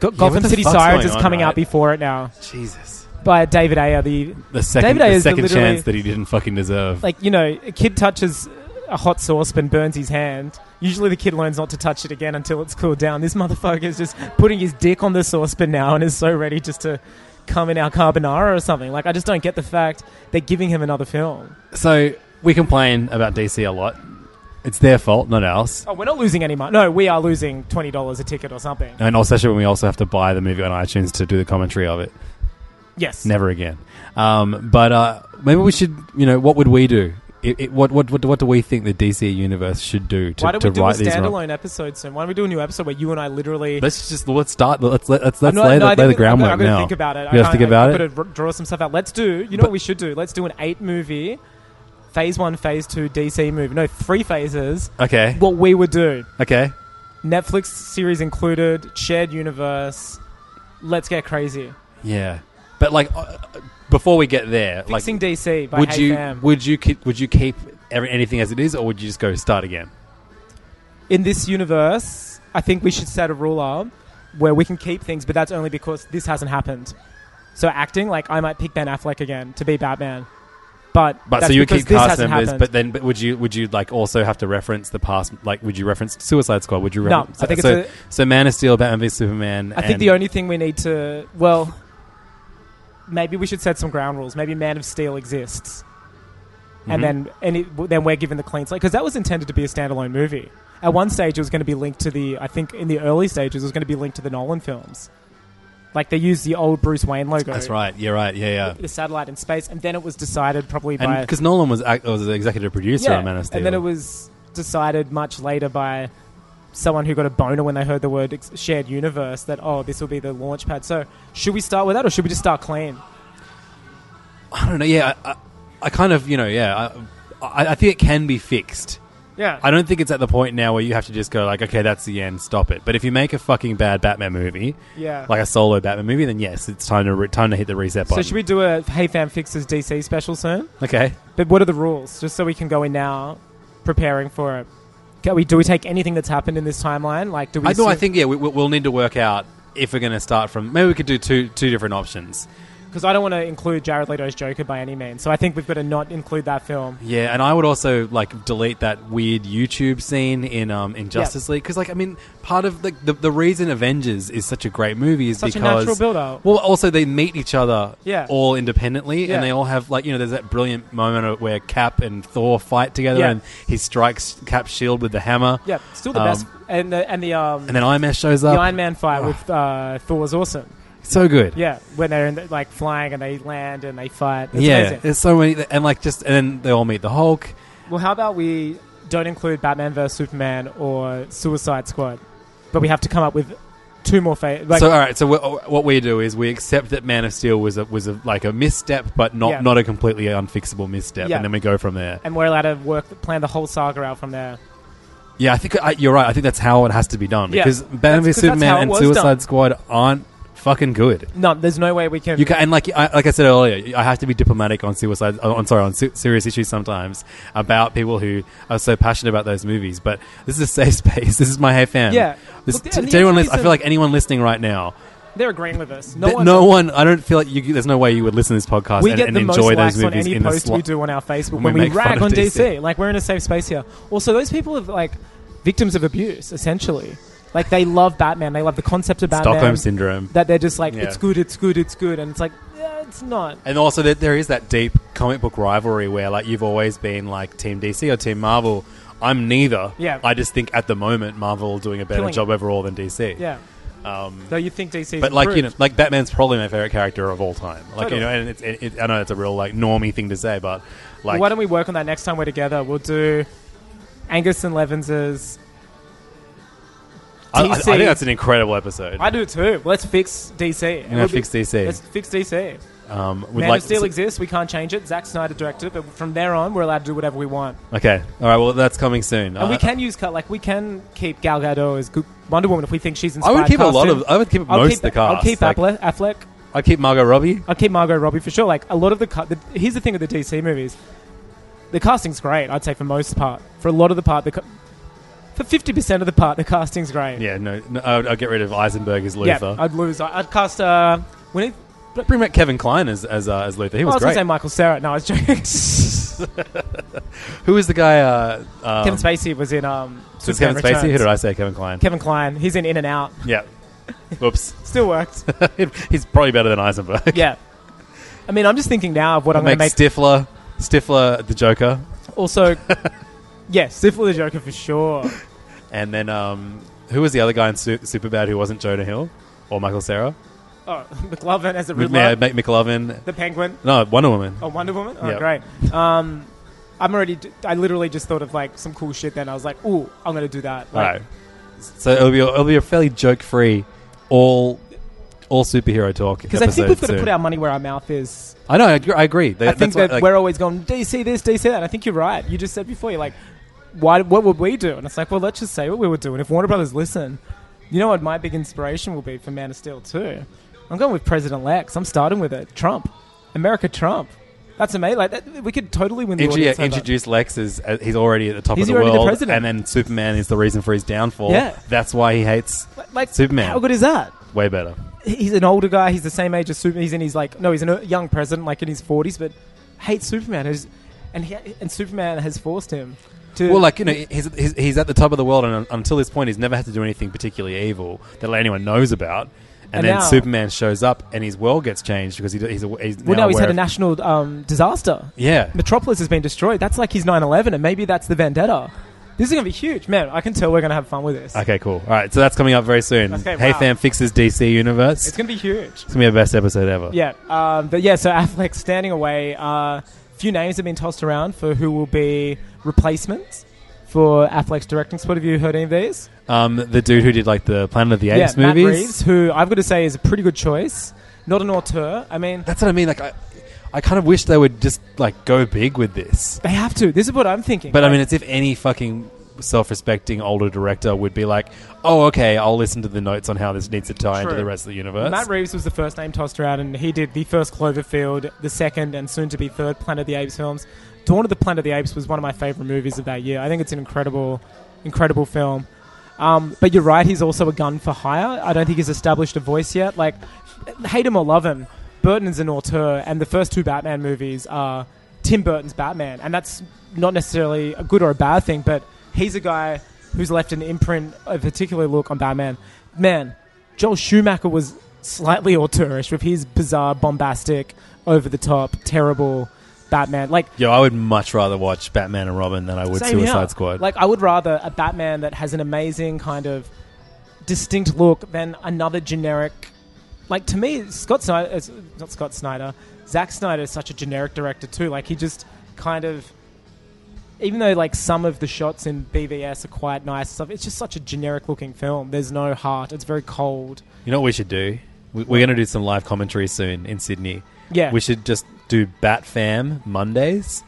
[SPEAKER 4] Go-
[SPEAKER 3] what
[SPEAKER 4] Gotham
[SPEAKER 3] the
[SPEAKER 4] City
[SPEAKER 3] fuck's
[SPEAKER 4] Sirens
[SPEAKER 3] going
[SPEAKER 4] is
[SPEAKER 3] on,
[SPEAKER 4] coming
[SPEAKER 3] right?
[SPEAKER 4] out before it now
[SPEAKER 3] Jesus,
[SPEAKER 4] by David Ayer. The
[SPEAKER 3] the second
[SPEAKER 4] David Ayer
[SPEAKER 3] the
[SPEAKER 4] is the
[SPEAKER 3] second
[SPEAKER 4] literally-
[SPEAKER 3] chance that he didn't fucking deserve.
[SPEAKER 4] like you know, a kid touches a hot saucepan, burns his hand. Usually, the kid learns not to touch it again until it's cooled down. This motherfucker is just putting his dick on the saucepan now and is so ready just to come in our carbonara or something. Like, I just don't get the fact they're giving him another film.
[SPEAKER 3] so we complain about DC a lot. It's their fault, not ours.
[SPEAKER 4] Oh, we're not losing any money. No, we are losing twenty dollars a ticket or something.
[SPEAKER 3] And also, especially when we also have to buy the movie on iTunes to do the commentary of it.
[SPEAKER 4] Yes.
[SPEAKER 3] Never again. Um, but uh, maybe we should, you know, what would we do? It, it, what, what, what, what do we think the DC universe should do to,
[SPEAKER 4] Why don't
[SPEAKER 3] to
[SPEAKER 4] we do a
[SPEAKER 3] right these wrongs?
[SPEAKER 4] standalone episode soon? Why don't we do a new episode where you and I literally?
[SPEAKER 3] Let's just let's start. Let's let, let's let's
[SPEAKER 4] I'm not-
[SPEAKER 3] lay,
[SPEAKER 4] no, I
[SPEAKER 3] the,
[SPEAKER 4] think
[SPEAKER 3] lay the
[SPEAKER 4] we- I'm
[SPEAKER 3] groundwork
[SPEAKER 4] gonna- I'm
[SPEAKER 3] now.
[SPEAKER 4] gonna think about it.
[SPEAKER 3] You have to think about
[SPEAKER 4] i
[SPEAKER 3] it.
[SPEAKER 4] Got to draw some stuff out. Let's do. You know what we should do? Let's do an eight movie phase one, phase two DC movie. No, three phases.
[SPEAKER 3] Okay.
[SPEAKER 4] What we would do.
[SPEAKER 3] Okay.
[SPEAKER 4] Netflix series included, shared universe. Let's get crazy.
[SPEAKER 3] Yeah. But like, uh, before we get there,
[SPEAKER 4] Fixing
[SPEAKER 3] like,
[SPEAKER 4] DC by
[SPEAKER 3] would
[SPEAKER 4] Hey
[SPEAKER 3] you
[SPEAKER 4] Fam.
[SPEAKER 3] would you keep would you keep every, anything as it is, or would you just go start again?
[SPEAKER 4] in this universe, I think we should set a rule up where we can keep things, but that's only because this hasn't happened. So acting, like I might pick Ben Affleck again to be Batman, but
[SPEAKER 3] But
[SPEAKER 4] that's
[SPEAKER 3] so you would
[SPEAKER 4] because
[SPEAKER 3] keep
[SPEAKER 4] this
[SPEAKER 3] cast
[SPEAKER 4] hasn't
[SPEAKER 3] members,
[SPEAKER 4] happened.
[SPEAKER 3] but then but would you would you like also have to reference the past? Like, would you reference Suicide Squad? Would you?
[SPEAKER 4] No,
[SPEAKER 3] reference,
[SPEAKER 4] I think it's
[SPEAKER 3] so.
[SPEAKER 4] a-
[SPEAKER 3] so Man of Steel, Batman v Superman.
[SPEAKER 4] I think
[SPEAKER 3] and-
[SPEAKER 4] the only thing we need to well, maybe we should set some ground rules. Maybe Man of Steel exists,
[SPEAKER 3] Mm-hmm.
[SPEAKER 4] and then and it, w- then we're given the clean slate because that was intended to be a standalone movie. At one stage, it was going to be linked to the. I think in the early stages, it was going to be linked to the Nolan films. Like they used the old Bruce Wayne logo.
[SPEAKER 3] That's right. You're right. Yeah, yeah.
[SPEAKER 4] the satellite in space, and then it was decided probably
[SPEAKER 3] And
[SPEAKER 4] by
[SPEAKER 3] because Nolan was act- was the executive producer
[SPEAKER 4] yeah,
[SPEAKER 3] on Man of Steel,
[SPEAKER 4] and then it was decided much later by someone who got a boner when they heard the word ex- shared universe that oh this will be the launch pad. So should we start with that, or should we just start clean?
[SPEAKER 3] I don't know. Yeah, I, I, I kind of you know yeah. I, I, I think it can be fixed.
[SPEAKER 4] Yeah,
[SPEAKER 3] I don't think it's at the point now where you have to just go like, okay, that's the end, stop it. But if you make a fucking bad Batman movie,
[SPEAKER 4] yeah.
[SPEAKER 3] like a solo Batman movie, then yes, it's time to re- time to hit the reset
[SPEAKER 4] so
[SPEAKER 3] button.
[SPEAKER 4] should we do a Hey Fam Fixes DC special soon?
[SPEAKER 3] Okay,
[SPEAKER 4] But what are the rules, just so we can go in now preparing for it? Can we, do we take anything that's happened in this timeline? Like, do we?
[SPEAKER 3] I know. I
[SPEAKER 4] assume-
[SPEAKER 3] think yeah, we, we- we'll need to work out if we're going to start from. Maybe we could do two two different options.
[SPEAKER 4] because I don't want to include Jared Leto's Joker by any means. So I think we've got to not include that film.
[SPEAKER 3] Yeah, and I would also like delete that weird YouTube scene in um in Justice League because like I mean part of like the, the reason Avengers is such a great movie is
[SPEAKER 4] Such a
[SPEAKER 3] because
[SPEAKER 4] natural build-up.
[SPEAKER 3] Well, also they meet each other
[SPEAKER 4] Yeah.
[SPEAKER 3] all independently
[SPEAKER 4] Yeah.
[SPEAKER 3] and they all have like you know there's that brilliant moment where Cap and Thor fight together
[SPEAKER 4] Yeah.
[SPEAKER 3] and he strikes Cap's shield with the hammer.
[SPEAKER 4] Yeah, still the
[SPEAKER 3] Um,
[SPEAKER 4] best. And the and the um
[SPEAKER 3] And then Iron Man shows
[SPEAKER 4] the
[SPEAKER 3] up.
[SPEAKER 4] Iron Man fight with uh, Thor was awesome.
[SPEAKER 3] so good.
[SPEAKER 4] Yeah, when they're in the, like flying and they land and they fight. It's
[SPEAKER 3] yeah.
[SPEAKER 4] amazing.
[SPEAKER 3] There's so many and like just and then they all meet the Hulk.
[SPEAKER 4] well, how about we don't include Batman vs Superman or Suicide Squad, but we have to come up with two more fa- like
[SPEAKER 3] so all right. So we what we do is we accept that Man of Steel was a, was a, like a misstep, but not
[SPEAKER 4] Yeah.
[SPEAKER 3] not a completely unfixable misstep,
[SPEAKER 4] Yeah.
[SPEAKER 3] and then we go from there.
[SPEAKER 4] and we're allowed to work plan the whole saga out from there.
[SPEAKER 3] Yeah, I think I, you're right. I think that's how it has to be done
[SPEAKER 4] Yeah.
[SPEAKER 3] because Batman v
[SPEAKER 4] That's- 'cause that's how it
[SPEAKER 3] Superman and
[SPEAKER 4] was
[SPEAKER 3] Suicide
[SPEAKER 4] done.
[SPEAKER 3] Squad aren't fucking good.
[SPEAKER 4] No, there's no way we can.
[SPEAKER 3] You can, and like I, like I said earlier, I have to be diplomatic on suicide. oh, I'm sorry, on se- serious issues sometimes about people who are so passionate about those movies. But this is a safe space. This is my hey fam.
[SPEAKER 4] Yeah.
[SPEAKER 3] This,
[SPEAKER 4] Look,
[SPEAKER 3] to-
[SPEAKER 4] and
[SPEAKER 3] to
[SPEAKER 4] the
[SPEAKER 3] anyone,
[SPEAKER 4] only
[SPEAKER 3] lis- I feel
[SPEAKER 4] reason-
[SPEAKER 3] like anyone listening right now.
[SPEAKER 4] they're agreeing with us.
[SPEAKER 3] No,
[SPEAKER 4] No
[SPEAKER 3] one,
[SPEAKER 4] one.
[SPEAKER 3] no one. I don't feel like you, there's no way you would listen to this podcast
[SPEAKER 4] we
[SPEAKER 3] and,
[SPEAKER 4] get
[SPEAKER 3] and
[SPEAKER 4] the most
[SPEAKER 3] enjoy
[SPEAKER 4] likes
[SPEAKER 3] those
[SPEAKER 4] on
[SPEAKER 3] movies
[SPEAKER 4] any
[SPEAKER 3] in
[SPEAKER 4] post
[SPEAKER 3] the slot.
[SPEAKER 4] we do on our Facebook
[SPEAKER 3] When
[SPEAKER 4] when
[SPEAKER 3] we
[SPEAKER 4] we,
[SPEAKER 3] make fun
[SPEAKER 4] rag
[SPEAKER 3] of
[SPEAKER 4] on DC.
[SPEAKER 3] DC.
[SPEAKER 4] Like we're in a safe space here. Also, those people have like victims of abuse essentially. Like they love Batman. They love the concept of Batman.
[SPEAKER 3] Stockholm syndrome,
[SPEAKER 4] That they're just like
[SPEAKER 3] Yeah.
[SPEAKER 4] it's good, it's good, it's good, and it's like yeah, it's not.
[SPEAKER 3] and also that there is that deep comic book rivalry where like you've always been like Team DC or Team Marvel. I'm neither.
[SPEAKER 4] Yeah.
[SPEAKER 3] I just think at the moment Marvel are doing a better
[SPEAKER 4] Killing it.
[SPEAKER 3] job overall than DC.
[SPEAKER 4] Yeah. Um, Though you think DC,
[SPEAKER 3] But like you know, like Batman's probably my favorite character of all time. Like
[SPEAKER 4] Totally.
[SPEAKER 3] you know, and it's, it, it, I know it's a real like normie thing to say, but like
[SPEAKER 4] why don't we work on that next time we're together? We'll do Angus and Levins's.
[SPEAKER 3] I, I- I
[SPEAKER 4] DC
[SPEAKER 3] think that's an incredible episode.
[SPEAKER 4] I do too. Let's fix DC.
[SPEAKER 3] You're gonna
[SPEAKER 4] We'll be-
[SPEAKER 3] fix DC.
[SPEAKER 4] Let's fix DC.
[SPEAKER 3] um, with
[SPEAKER 4] Man
[SPEAKER 3] like
[SPEAKER 4] of Steel
[SPEAKER 3] so-
[SPEAKER 4] exists. We can't change it. Zack Snyder directed it, but from there on, we're allowed to do whatever we want.
[SPEAKER 3] okay, all right. Well, that's coming soon. Uh,
[SPEAKER 4] And
[SPEAKER 3] I-
[SPEAKER 4] we can use cut. Like we can keep Gal Gadot as good Wonder Woman if we think she's
[SPEAKER 3] I
[SPEAKER 4] inspired.
[SPEAKER 3] would keep a lot
[SPEAKER 4] casting.
[SPEAKER 3] of. I would keep
[SPEAKER 4] I'll
[SPEAKER 3] most
[SPEAKER 4] keep,
[SPEAKER 3] of the cast.
[SPEAKER 4] I'll keep
[SPEAKER 3] Like,
[SPEAKER 4] Affle- Affleck.
[SPEAKER 3] I'd keep Margot Robbie.
[SPEAKER 4] I'll keep Margot Robbie for sure. Like a lot of the, ca- the here's the thing with the DC movies, the casting's great. I'd say for most part, for a lot of the part, the ca- for fifty percent of the part, the casting's great.
[SPEAKER 3] Yeah, no, no I'd, I'd get rid of Eisenberg as
[SPEAKER 4] yeah.
[SPEAKER 3] Luther.
[SPEAKER 4] I'd lose. I- I'd cast. Uh, we need.
[SPEAKER 3] But bring back Kevin Klein as as, uh, as Luther. He
[SPEAKER 4] I
[SPEAKER 3] was,
[SPEAKER 4] was gonna
[SPEAKER 3] great.
[SPEAKER 4] say Michael Sarah. No, I was joking.
[SPEAKER 3] Who was the guy? Uh, um,
[SPEAKER 4] Kevin Spacey was in. Um,
[SPEAKER 3] was
[SPEAKER 4] Superman
[SPEAKER 3] Kevin Spacey. Who
[SPEAKER 4] Returns.
[SPEAKER 3] did I say? Kevin Klein.
[SPEAKER 4] Kevin Klein. He's in In and Out.
[SPEAKER 3] yeah. Whoops.
[SPEAKER 4] Still worked.
[SPEAKER 3] He's probably better than Eisenberg.
[SPEAKER 4] yeah. I mean, I'm just thinking now of what I'm
[SPEAKER 3] Make
[SPEAKER 4] going to make.
[SPEAKER 3] Stifler, Stifler the Joker,
[SPEAKER 4] also, yeah, Syphil the Joker for sure.
[SPEAKER 3] and then um, who was the other guy in Su- Superbad who wasn't Jonah Hill or Michael Sarah?
[SPEAKER 4] Oh, McLovin as a Riddler.
[SPEAKER 3] Yeah, Mike McLovin.
[SPEAKER 4] the Penguin.
[SPEAKER 3] No, Wonder Woman.
[SPEAKER 4] Oh, Wonder Woman. Oh,
[SPEAKER 3] Yep.
[SPEAKER 4] great. Um, I'm already. d- I literally just thought of like some cool shit. Then I was like, ooh, I'm going to do that.
[SPEAKER 3] All
[SPEAKER 4] Like,
[SPEAKER 3] right. So it'll be it'll be a fairly joke free, all all superhero talk. Because
[SPEAKER 4] Because I think we've got to put our money where our mouth is.
[SPEAKER 3] I know. I agree. I, agree. They-
[SPEAKER 4] I think
[SPEAKER 3] that's why,
[SPEAKER 4] that
[SPEAKER 3] like-
[SPEAKER 4] we're always going, do you see this? Do you see that? And I think you're right. You just said before, you're like, why, what would we do? And it's like, well, let's just say what we would do. And if Warner Brothers listen, you know what my big inspiration will be for Man of Steel 2? I'm going with President Lex. I'm starting with it. Trump. America Trump. That's amazing. Like, that, we could totally win the
[SPEAKER 3] Intro-
[SPEAKER 4] audience
[SPEAKER 3] yeah,
[SPEAKER 4] over.
[SPEAKER 3] introduce Lex as uh, he's already at the top
[SPEAKER 4] He's
[SPEAKER 3] of the
[SPEAKER 4] already the
[SPEAKER 3] world,
[SPEAKER 4] president.
[SPEAKER 3] and then Superman is the reason for his downfall.
[SPEAKER 4] Yeah.
[SPEAKER 3] that's why he hates
[SPEAKER 4] Like,
[SPEAKER 3] Superman.
[SPEAKER 4] how good is that?
[SPEAKER 3] way better.
[SPEAKER 4] he's an older guy. He's the same age as Superman. He's in his like no, he's a young president, like in his forties, but hates Superman. Is and he, and Superman has forced him to.
[SPEAKER 3] Well, like you know, he's, he's, he's at the top of the world, and un- until this point, he's never had to do anything particularly evil that anyone knows about. And,
[SPEAKER 4] And
[SPEAKER 3] then
[SPEAKER 4] now-
[SPEAKER 3] Superman shows up, and his world gets changed because he, d- he's, a, he's
[SPEAKER 4] well, now he's
[SPEAKER 3] aware
[SPEAKER 4] had a
[SPEAKER 3] of-
[SPEAKER 4] national um, disaster.
[SPEAKER 3] Yeah,
[SPEAKER 4] Metropolis has been destroyed. That's like his 9/11, and maybe that's the vendetta. This is gonna be huge, man. I can tell we're gonna have fun with this.
[SPEAKER 3] Okay, cool. All right, so that's coming up very soon.
[SPEAKER 4] Okay,
[SPEAKER 3] hey
[SPEAKER 4] wow.
[SPEAKER 3] fam, fixes DC universe.
[SPEAKER 4] It's
[SPEAKER 3] It's
[SPEAKER 4] gonna be huge.
[SPEAKER 3] gonna be the best episode ever.
[SPEAKER 4] Yeah, um, but yeah. So Affleck standing away. Uh, few names have been tossed around for who will be replacements for Affleck's directing spot. Have you heard any of these?
[SPEAKER 3] Um, the dude who did like the Planet of the Apes
[SPEAKER 4] Matt
[SPEAKER 3] movies.
[SPEAKER 4] Reeves, who I've got to say is a pretty good choice. Not an auteur. I mean,
[SPEAKER 3] That's what I mean. Like I, I kind of wish they would just like go big with this.
[SPEAKER 4] they have to. This is what I'm thinking.
[SPEAKER 3] But I
[SPEAKER 4] Like,
[SPEAKER 3] mean, it's if any fucking self-respecting older director would be like, "Oh, okay, I'll listen to the notes on how this needs to tie into
[SPEAKER 4] True.
[SPEAKER 3] the rest of the universe."
[SPEAKER 4] Matt Reeves was the first name tossed around, and he did the first Cloverfield, the second, and soon to be third Planet of the Apes films. Dawn of the Planet of the Apes was one of my favorite movies of that year. I think it's an incredible, incredible film. Um, but you're right, he's also a gun for hire. I don't think he's established a voice yet. Like, hate him or love him, Burton's an auteur, and the first two Batman movies are Tim Burton's Batman, and that's not necessarily a good or a bad thing, but he's a guy who's left an imprint, a particular look on Batman. Man, Joel Schumacher was slightly auteurish with his bizarre, bombastic, over the top, terrible Batman. Like,
[SPEAKER 3] Yo, I would much rather watch Batman and Robin than I would
[SPEAKER 4] same
[SPEAKER 3] Suicide
[SPEAKER 4] here.
[SPEAKER 3] Squad.
[SPEAKER 4] Like I would rather a Batman that has an amazing kind of distinct look than another generic. Like to me, Scott Snyder, it's not Scott Snyder, Zack Snyder is such a generic director too. Like he just kind of, even though like some of the shots in BVS are quite nice and stuff, it's just such a generic looking film. There's no heart. It's very cold.
[SPEAKER 3] you know what we should do? We- We're going to do some live commentary soon in Sydney.
[SPEAKER 4] Yeah.
[SPEAKER 3] We should just do Bat Fam Mondays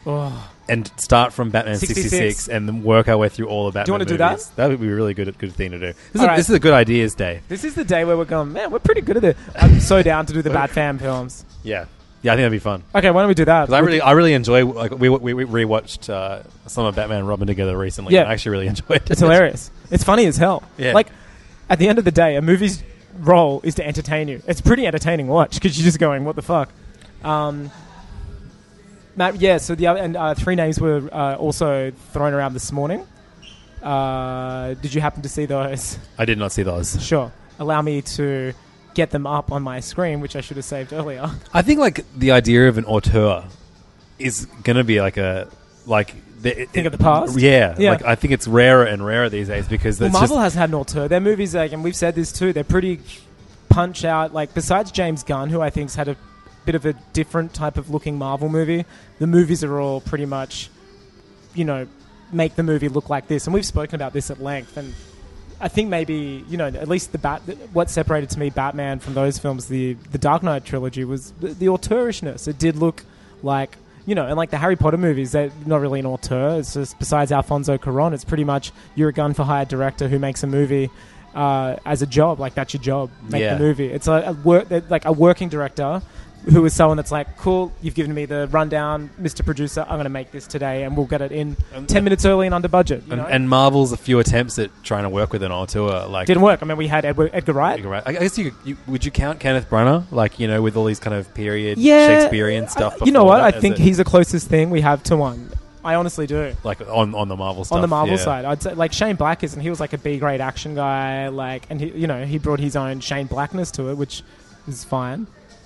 [SPEAKER 3] and start from Batman 66,
[SPEAKER 4] 66.
[SPEAKER 3] and then work our way through all of Batman.
[SPEAKER 4] wanna
[SPEAKER 3] want to
[SPEAKER 4] do that?
[SPEAKER 3] That would be a really good, good thing to do. This, is,
[SPEAKER 4] All
[SPEAKER 3] a,
[SPEAKER 4] right.
[SPEAKER 3] this is a good ideas day.
[SPEAKER 4] This is the day where we're going. Man, we're pretty good at it. I'm so down to do the Batman films.
[SPEAKER 3] Yeah. Yeah, I think that'd be fun.
[SPEAKER 4] Okay, why don't we do that?
[SPEAKER 3] 'Cause I really, I really enjoy. Like, we we, we rewatched uh, some of Batman and Robin together recently.
[SPEAKER 4] Yeah.
[SPEAKER 3] and I actually really enjoyed it.
[SPEAKER 4] It's hilarious. It's funny as hell.
[SPEAKER 3] Yeah.
[SPEAKER 4] Like, at the end of the day, a movie's role is to entertain you. It's pretty entertaining watch because you're just going, "What the fuck." Um, Matt, yeah. So the other and uh, three names were uh, also thrown around this morning. Uh, did you happen to see those?
[SPEAKER 3] I did not see those.
[SPEAKER 4] Sure. Allow me to get them up on my screen, which I should have saved earlier.
[SPEAKER 3] I think like the idea of an auteur is gonna be like a like the, it-
[SPEAKER 4] Think of
[SPEAKER 3] it-
[SPEAKER 4] the past?
[SPEAKER 3] Yeah,
[SPEAKER 4] Yeah.
[SPEAKER 3] like I think it's rarer and rarer these days because
[SPEAKER 4] Well,
[SPEAKER 3] it's
[SPEAKER 4] Marvel
[SPEAKER 3] just
[SPEAKER 4] has had an auteur. Their movies, like, and we've said this too, they're pretty punch out. Like, besides James Gunn, who I think's had a bit of a different type of looking Marvel movie, the movies are all pretty much, you know, make the movie look like this. And we've spoken about this at length. And I think maybe you know, at least the bat. What separated to me Batman from those films, the the Dark Knight trilogy, was the, the auteurishness. It did look like you know, and like the Harry Potter movies, they're not really an auteur. It's just besides Alfonso Cuarón, it's pretty much you're a gun for hire director who makes a movie uh, as a job. Like that's your job, make
[SPEAKER 3] Yeah.
[SPEAKER 4] the movie. It's a, a work that- like a working director who is someone that's like, cool, you've given me the rundown, Mr. Producer, I'm going to make this today, and we'll get it in ten minutes early and under budget. You
[SPEAKER 3] and,
[SPEAKER 4] know?
[SPEAKER 3] and Marvel's a few attempts at trying to work with an auteur. Like
[SPEAKER 4] didn't work. I mean, we had Edward, Edgar Wright.
[SPEAKER 3] You're right. I I guess you, you would you count Kenneth Branagh like you know with all these kind of period Shakespearean
[SPEAKER 4] I-
[SPEAKER 3] stuff.
[SPEAKER 4] you know
[SPEAKER 3] before
[SPEAKER 4] what?
[SPEAKER 3] that
[SPEAKER 4] I
[SPEAKER 3] as
[SPEAKER 4] think
[SPEAKER 3] a-
[SPEAKER 4] he's the closest thing we have to one. I honestly do.
[SPEAKER 3] like on on the Marvel stuff
[SPEAKER 4] on the Marvel
[SPEAKER 3] yeah.
[SPEAKER 4] side, I'd say like Shane Black is, and he was like a B grade action guy, like, and he, you know, he brought his own Shane Blackness to it, which is fine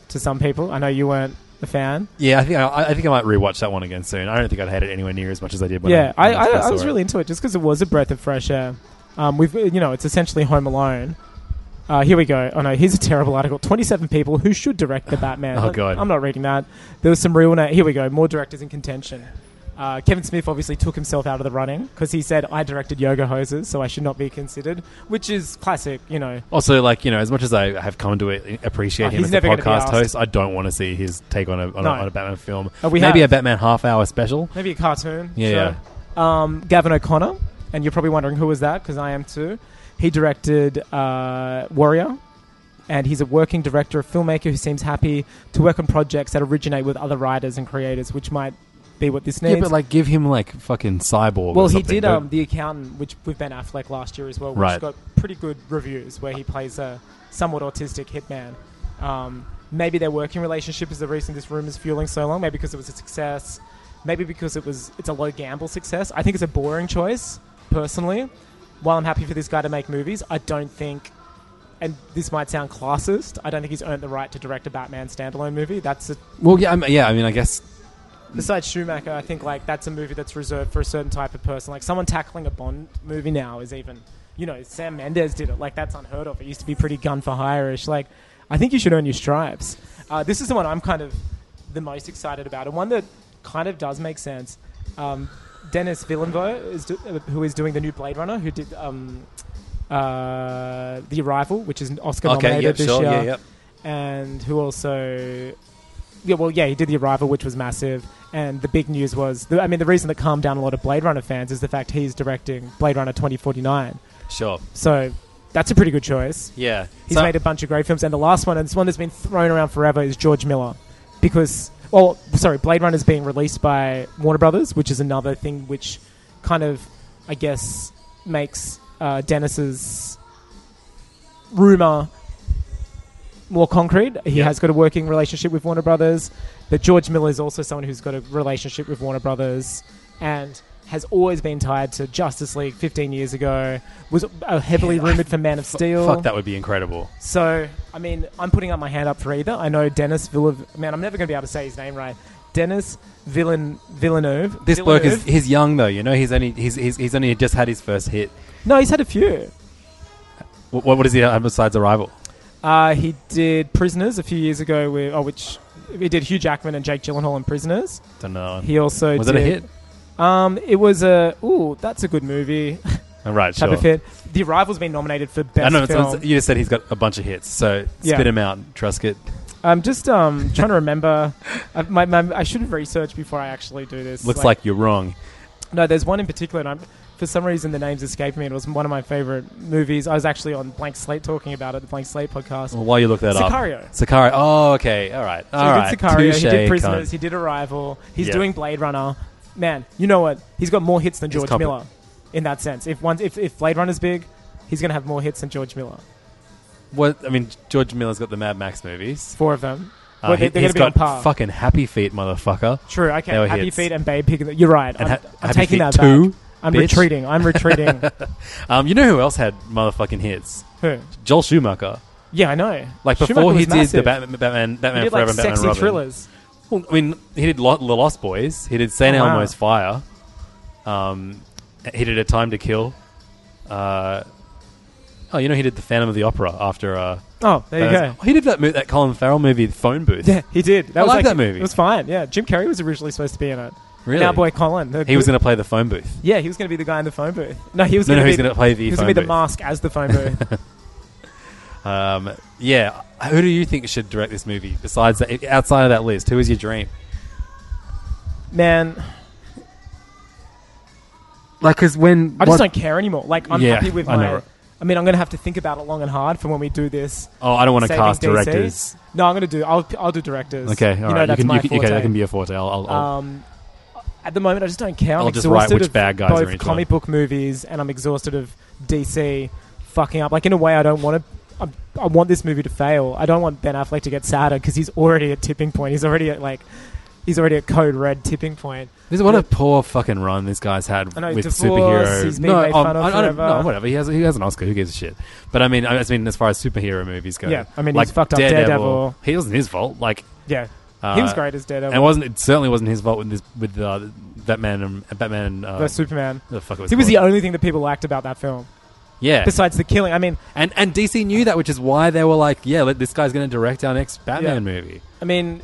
[SPEAKER 4] to some people. I know you weren't a fan.
[SPEAKER 3] Yeah, I think I, I think I might rewatch that one again soon. I don't think I'd hate it anywhere near as much as I did. When
[SPEAKER 4] yeah, I,
[SPEAKER 3] when
[SPEAKER 4] I,
[SPEAKER 3] first
[SPEAKER 4] I
[SPEAKER 3] saw
[SPEAKER 4] was
[SPEAKER 3] it.
[SPEAKER 4] really into it just because it was a breath of fresh air. Um, we've, you know, it's essentially Home Alone. Uh, here we go. Oh no, here's a terrible article. 27 people who should direct the Batman.
[SPEAKER 3] Oh, God.
[SPEAKER 4] I'm not reading that. There was some real. Na- here we go. More directors in contention. Uh, Kevin Smith obviously took himself out of the running because he said, I directed Yoga Hoses, so I should not be considered, which is classic, you know.
[SPEAKER 3] Also, like you know, as much as I have come to it- appreciate
[SPEAKER 4] Oh,
[SPEAKER 3] him
[SPEAKER 4] he's
[SPEAKER 3] as a
[SPEAKER 4] never gonna be
[SPEAKER 3] podcast
[SPEAKER 4] asked.
[SPEAKER 3] host, I don't want to see his take on a on,
[SPEAKER 4] No.
[SPEAKER 3] a, on a Batman film.
[SPEAKER 4] Oh, we
[SPEAKER 3] Maybe
[SPEAKER 4] have.
[SPEAKER 3] a Batman half hour special.
[SPEAKER 4] Maybe a cartoon.
[SPEAKER 3] Yeah,
[SPEAKER 4] sure. Um, Gavin O'Connor, and you're probably wondering who was that because I am too. He directed uh, Warrior, and he's a working director, a filmmaker who seems happy to work on projects that originate with other writers and creators, which might be what this
[SPEAKER 3] yeah,
[SPEAKER 4] needs.
[SPEAKER 3] but like give him like fucking cyborg.
[SPEAKER 4] well,
[SPEAKER 3] or
[SPEAKER 4] he
[SPEAKER 3] something,
[SPEAKER 4] did
[SPEAKER 3] but-
[SPEAKER 4] um, The Accountant, which with Ben Affleck last year as well, which
[SPEAKER 3] Right.
[SPEAKER 4] got pretty good reviews, where he plays a somewhat autistic hitman. Um, maybe their working relationship is the reason this room is fueling so long. Maybe because it was a success. Maybe because it was it's a low gamble success. I think it's a boring choice personally. While I'm happy for this guy to make movies, I don't think. And this might sound classist. I don't think he's earned the right to direct a Batman standalone movie. That's a
[SPEAKER 3] well, yeah, I mean, yeah. I mean, I guess
[SPEAKER 4] Besides Schumacher, I think like that's a movie that's reserved for a certain type of person. Like someone tackling a Bond movie now is even, you know, Sam Mendes did it. Like that's unheard of. It used to be pretty gun for hire-ish. Like I think you should earn your stripes. Uh, this is the one I'm kind of the most excited about, and one that kind of does make sense. Um, Dennis Villeneuve, is do- uh, who is doing the new Blade Runner, who did um, uh, The Arrival, which is an Oscar
[SPEAKER 3] okay,
[SPEAKER 4] nominated
[SPEAKER 3] yeah,
[SPEAKER 4] this
[SPEAKER 3] sure,
[SPEAKER 4] year
[SPEAKER 3] yeah, yeah.
[SPEAKER 4] and who also yeah well yeah he did the arrival which was massive and the big news was the, i mean the reason that calmed down a lot of blade runner fans is the fact he's directing blade runner 2049
[SPEAKER 3] sure,
[SPEAKER 4] so that's a pretty good choice
[SPEAKER 3] yeah.
[SPEAKER 4] he's
[SPEAKER 3] So-
[SPEAKER 4] made a bunch of great films and the last one and this one that's been thrown around forever is george miller because well sorry blade runner is being released by warner brothers which is another thing which kind of i guess makes uh, dennis's rumor more concrete. He
[SPEAKER 3] Yeah.
[SPEAKER 4] has got a working relationship with Warner Brothers. But George Miller is also someone who's got a relationship with Warner Brothers and has always been tied to Justice League 15 years ago, was uh, heavily rumored for Man of Steel.
[SPEAKER 3] Fuck, that would be incredible.
[SPEAKER 4] So, I mean, I'm putting up my hand up for either. I know Dennis Villeneuve. Man, I'm never going to be able to say his name right. Dennis Villen- Villeneuve.
[SPEAKER 3] This bloke is
[SPEAKER 4] Villeneuve?
[SPEAKER 3] he's young though. You know, he's only he's he's, he's only just had his first hit.
[SPEAKER 4] No, he's had a few.
[SPEAKER 3] What, what does he have besides Arrival?
[SPEAKER 4] Uh, he did Prisoners a few years ago, with, oh, which he did Hugh Jackman and Jake Gyllenhaal in Prisoners.
[SPEAKER 3] Don't know.
[SPEAKER 4] He also
[SPEAKER 3] was
[SPEAKER 4] did,
[SPEAKER 3] it a hit?
[SPEAKER 4] Um, it was a ooh, that's a good movie
[SPEAKER 3] All right,
[SPEAKER 4] type
[SPEAKER 3] sure.
[SPEAKER 4] of hit. The Arrival's been nominated for best
[SPEAKER 3] I know it's-
[SPEAKER 4] film.
[SPEAKER 3] it's- you just said he's got a bunch of hits, so
[SPEAKER 4] Yeah.
[SPEAKER 3] spit him out, Truscott.
[SPEAKER 4] I'm just um trying to remember. I, my, my, I should have researched before I actually do this.
[SPEAKER 3] Looks like you're wrong.
[SPEAKER 4] No, there's one in particular, and I'm, for some reason the names escaped me. It was one of my favorite movies. I was actually on Blank Slate talking about it, the Blank Slate podcast.
[SPEAKER 3] Well, while you look that
[SPEAKER 4] Sicario.
[SPEAKER 3] up, Sicario. Oh, okay. All right.
[SPEAKER 4] So
[SPEAKER 3] All right.
[SPEAKER 4] he did Sicario, he
[SPEAKER 3] Touche,
[SPEAKER 4] did Prisoners,
[SPEAKER 3] cunt.
[SPEAKER 4] he did Arrival, he's
[SPEAKER 3] Yeah.
[SPEAKER 4] doing Blade Runner. Man, you know what? He's got more hits than
[SPEAKER 3] He's
[SPEAKER 4] George
[SPEAKER 3] competent.
[SPEAKER 4] Miller in that sense. If one, if, if Blade Runner's big, he's going to have more hits than George Miller.
[SPEAKER 3] What? I mean, George Miller's got the Mad Max movies.
[SPEAKER 4] Four of them.
[SPEAKER 3] Uh,
[SPEAKER 4] well,
[SPEAKER 3] he,
[SPEAKER 4] they, they're going
[SPEAKER 3] has
[SPEAKER 4] to be on
[SPEAKER 3] got
[SPEAKER 4] par.
[SPEAKER 3] fucking Happy Feet, motherfucker.
[SPEAKER 4] True. Okay.
[SPEAKER 3] They were
[SPEAKER 4] Happy
[SPEAKER 3] hits.
[SPEAKER 4] Feet and Babe Pig. You're right.
[SPEAKER 3] And
[SPEAKER 4] I'm,
[SPEAKER 3] Ha-
[SPEAKER 4] I'm
[SPEAKER 3] Happy
[SPEAKER 4] taking
[SPEAKER 3] Feet
[SPEAKER 4] that back.
[SPEAKER 3] 2,
[SPEAKER 4] I'm
[SPEAKER 3] bitch.
[SPEAKER 4] retreating. I'm retreating.
[SPEAKER 3] Um, you know who else had motherfucking hits?
[SPEAKER 4] Who?
[SPEAKER 3] Joel Schumacher.
[SPEAKER 4] Yeah, I know.
[SPEAKER 3] Like
[SPEAKER 4] Schumacher
[SPEAKER 3] before
[SPEAKER 4] was
[SPEAKER 3] he did the
[SPEAKER 4] massive.
[SPEAKER 3] Batman, Batman,
[SPEAKER 4] He
[SPEAKER 3] Batman
[SPEAKER 4] did
[SPEAKER 3] Forever,
[SPEAKER 4] like
[SPEAKER 3] and Batman
[SPEAKER 4] sexy
[SPEAKER 3] Robin.
[SPEAKER 4] thrillers.
[SPEAKER 3] Well, I mean, he did Lo- The Lost Boys. He did St.
[SPEAKER 4] Oh, wow.
[SPEAKER 3] Elmo's Fire. Um, he did A Time to Kill. Uh, oh, you know, he did The Phantom of the Opera after. Uh,
[SPEAKER 4] Oh, there you
[SPEAKER 3] Batman's-
[SPEAKER 4] go.
[SPEAKER 3] Oh, he did that mo- that Colin Farrell movie, Phone Booth.
[SPEAKER 4] Yeah, he did. That
[SPEAKER 3] I
[SPEAKER 4] was
[SPEAKER 3] like
[SPEAKER 4] like
[SPEAKER 3] that movie.
[SPEAKER 4] It was fine. Yeah, Jim Carrey was originally supposed to be in it.
[SPEAKER 3] Really?
[SPEAKER 4] Now, boy, Colin. The-
[SPEAKER 3] He was going to play the phone booth.
[SPEAKER 4] Yeah, he was going to be the guy in the phone booth. No, he was
[SPEAKER 3] No,
[SPEAKER 4] going
[SPEAKER 3] no,
[SPEAKER 4] to
[SPEAKER 3] he's
[SPEAKER 4] be.
[SPEAKER 3] going to play the.
[SPEAKER 4] He was
[SPEAKER 3] phone
[SPEAKER 4] going to be the
[SPEAKER 3] booth.
[SPEAKER 4] mask as the phone booth.
[SPEAKER 3] Um, yeah, who do you think should direct this movie? Besides that, outside of that list, who is your dream?
[SPEAKER 4] Man,
[SPEAKER 3] Like, because when
[SPEAKER 4] I just don't care anymore. Like, I'm
[SPEAKER 3] Yeah,
[SPEAKER 4] happy with
[SPEAKER 3] I
[SPEAKER 4] my.
[SPEAKER 3] know.
[SPEAKER 4] I mean, I'm going to have to think about it long and hard for when we do this.
[SPEAKER 3] Oh, I don't want to
[SPEAKER 4] Saving
[SPEAKER 3] cast
[SPEAKER 4] DC.
[SPEAKER 3] directors.
[SPEAKER 4] No, I'm going to do. I'll, I'll do directors.
[SPEAKER 3] Okay, all
[SPEAKER 4] you
[SPEAKER 3] right.
[SPEAKER 4] know that's
[SPEAKER 3] can, you
[SPEAKER 4] my
[SPEAKER 3] can, okay,
[SPEAKER 4] forte.
[SPEAKER 3] that can be a forte. I'll, I'll, I'll-
[SPEAKER 4] um, at the moment, I just don't care. I'm
[SPEAKER 3] I'll just
[SPEAKER 4] exhausted
[SPEAKER 3] write which
[SPEAKER 4] of
[SPEAKER 3] bad guys are
[SPEAKER 4] both
[SPEAKER 3] in each
[SPEAKER 4] comic book movies, and I'm exhausted of DC fucking up. Like in a way, I don't want to. I, I want this movie to fail. I don't want Ben Affleck to get sadder because he's already at tipping point. He's already at like, he's already at code red tipping point.
[SPEAKER 3] This is what a poor fucking run this guy's had
[SPEAKER 4] I know,
[SPEAKER 3] with
[SPEAKER 4] divorce,
[SPEAKER 3] superhero.
[SPEAKER 4] he's been made fun of
[SPEAKER 3] I, I don't,
[SPEAKER 4] forever.
[SPEAKER 3] no, whatever. He has he has an Oscar. Who gives a shit? But I mean, I, I mean, as far as superhero movies go,
[SPEAKER 4] Yeah, I mean, he's fucked up Daredevil.
[SPEAKER 3] He wasn't his fault. Like,
[SPEAKER 4] Yeah,
[SPEAKER 3] uh,
[SPEAKER 4] he was great as Daredevil.
[SPEAKER 3] And it wasn't. It certainly wasn't his fault with this with uh, Batman and uh, Batman. And, uh,
[SPEAKER 4] versus Superman.
[SPEAKER 3] the fuck it was
[SPEAKER 4] He was
[SPEAKER 3] called.
[SPEAKER 4] the only thing that people liked about that film,
[SPEAKER 3] Yeah,
[SPEAKER 4] besides the killing. I mean,
[SPEAKER 3] and and DC knew that, which is why they were like, yeah, let, this guy's going to direct our next Batman
[SPEAKER 4] Yeah.
[SPEAKER 3] movie.
[SPEAKER 4] I mean,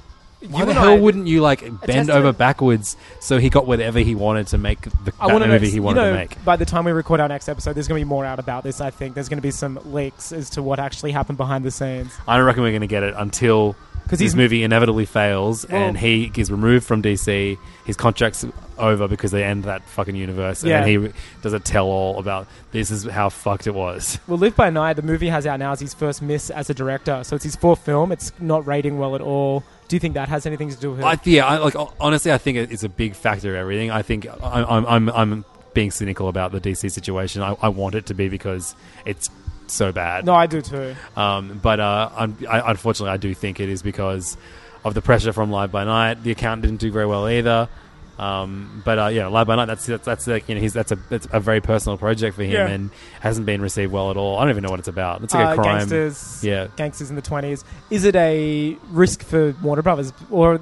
[SPEAKER 3] Why
[SPEAKER 4] you
[SPEAKER 3] the
[SPEAKER 4] and
[SPEAKER 3] hell
[SPEAKER 4] I-
[SPEAKER 3] wouldn't you like bend
[SPEAKER 4] testament.
[SPEAKER 3] over backwards so he got whatever he wanted to make the
[SPEAKER 4] I
[SPEAKER 3] that
[SPEAKER 4] want to
[SPEAKER 3] movie
[SPEAKER 4] make,
[SPEAKER 3] he wanted
[SPEAKER 4] you know,
[SPEAKER 3] to make?
[SPEAKER 4] By the time we record our next episode, there's going to be more out about this. I think there's going to be some leaks as to what actually happened behind the scenes.
[SPEAKER 3] I don't reckon we're going to get it until
[SPEAKER 4] 'Cause
[SPEAKER 3] because
[SPEAKER 4] he's-
[SPEAKER 3] his movie inevitably fails
[SPEAKER 4] Well-
[SPEAKER 3] and he gets removed from DC. His contract's over because they end that fucking universe, and
[SPEAKER 4] Yeah.
[SPEAKER 3] then he re- does a tell-all about this is how fucked it was.
[SPEAKER 4] Well, Live by Night, the movie has out now, is his first miss as a director. So it's his fourth film. It's not rating well at all. Do you think that has anything to do with it?
[SPEAKER 3] I, yeah, I, like honestly, I think it- it's a big factor of everything. I think I, I'm, I'm, I'm being cynical about the DC situation. I, I want it to be because it's so bad.
[SPEAKER 4] no, I do too.
[SPEAKER 3] Um, but uh, un- I, unfortunately, I do think it is because of the pressure from Live by Night. The account didn't do very well either. Um, but uh, yeah, Live by Night. That's that's, that's like you know he's that's a that's a very personal project for him
[SPEAKER 4] Yeah.
[SPEAKER 3] and hasn't been received well at all. I don't even know what it's about. It's like
[SPEAKER 4] Uh,
[SPEAKER 3] a crime.
[SPEAKER 4] Gangsters,
[SPEAKER 3] Yeah.
[SPEAKER 4] gangsters in the twenties. Is it a risk for Warner Brothers or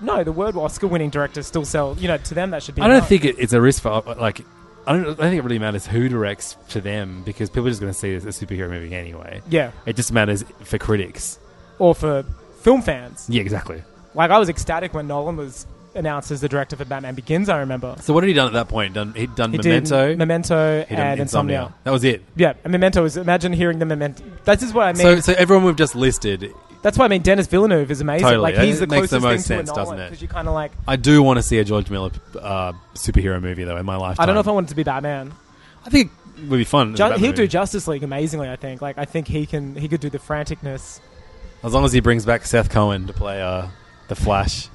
[SPEAKER 4] no? The word Oscar-winning directors still sell. You know, to them that should be.
[SPEAKER 3] I don't
[SPEAKER 4] enough.
[SPEAKER 3] think it, it's a risk for uh, like. I don't, I don't think it really matters who directs to them because people are just going to see it as a superhero movie anyway.
[SPEAKER 4] Yeah,
[SPEAKER 3] It just matters for critics.
[SPEAKER 4] or for film fans.
[SPEAKER 3] Yeah, exactly.
[SPEAKER 4] Like I was ecstatic when Nolan was announced as the director for Batman Begins. I remember
[SPEAKER 3] So what had he done at that point? Done he'd done
[SPEAKER 4] He did
[SPEAKER 3] Memento,
[SPEAKER 4] Memento,
[SPEAKER 3] he'd done
[SPEAKER 4] and Insomnia.
[SPEAKER 3] That was it.
[SPEAKER 4] Yeah, and Memento is. Imagine hearing the Memento. This is what I mean.
[SPEAKER 3] So, so everyone we've just listed,
[SPEAKER 4] That's why I mean Dennis Villeneuve is amazing.
[SPEAKER 3] Totally.
[SPEAKER 4] Like he's
[SPEAKER 3] It
[SPEAKER 4] the
[SPEAKER 3] makes
[SPEAKER 4] closest
[SPEAKER 3] the most
[SPEAKER 4] thing
[SPEAKER 3] sense,
[SPEAKER 4] to a Nolan
[SPEAKER 3] doesn't it?
[SPEAKER 4] Because you kind of like.
[SPEAKER 3] I do want to see a George Miller uh, superhero movie though in my lifetime.
[SPEAKER 4] I don't know if I want it to be Batman.
[SPEAKER 3] I think it would be fun. as a
[SPEAKER 4] Ju-
[SPEAKER 3] Batman
[SPEAKER 4] he'd do
[SPEAKER 3] movie.
[SPEAKER 4] Justice League amazingly. I think. Like I think he can. He could do the franticness.
[SPEAKER 3] as long as he brings back Seth Cohen to play uh, the Flash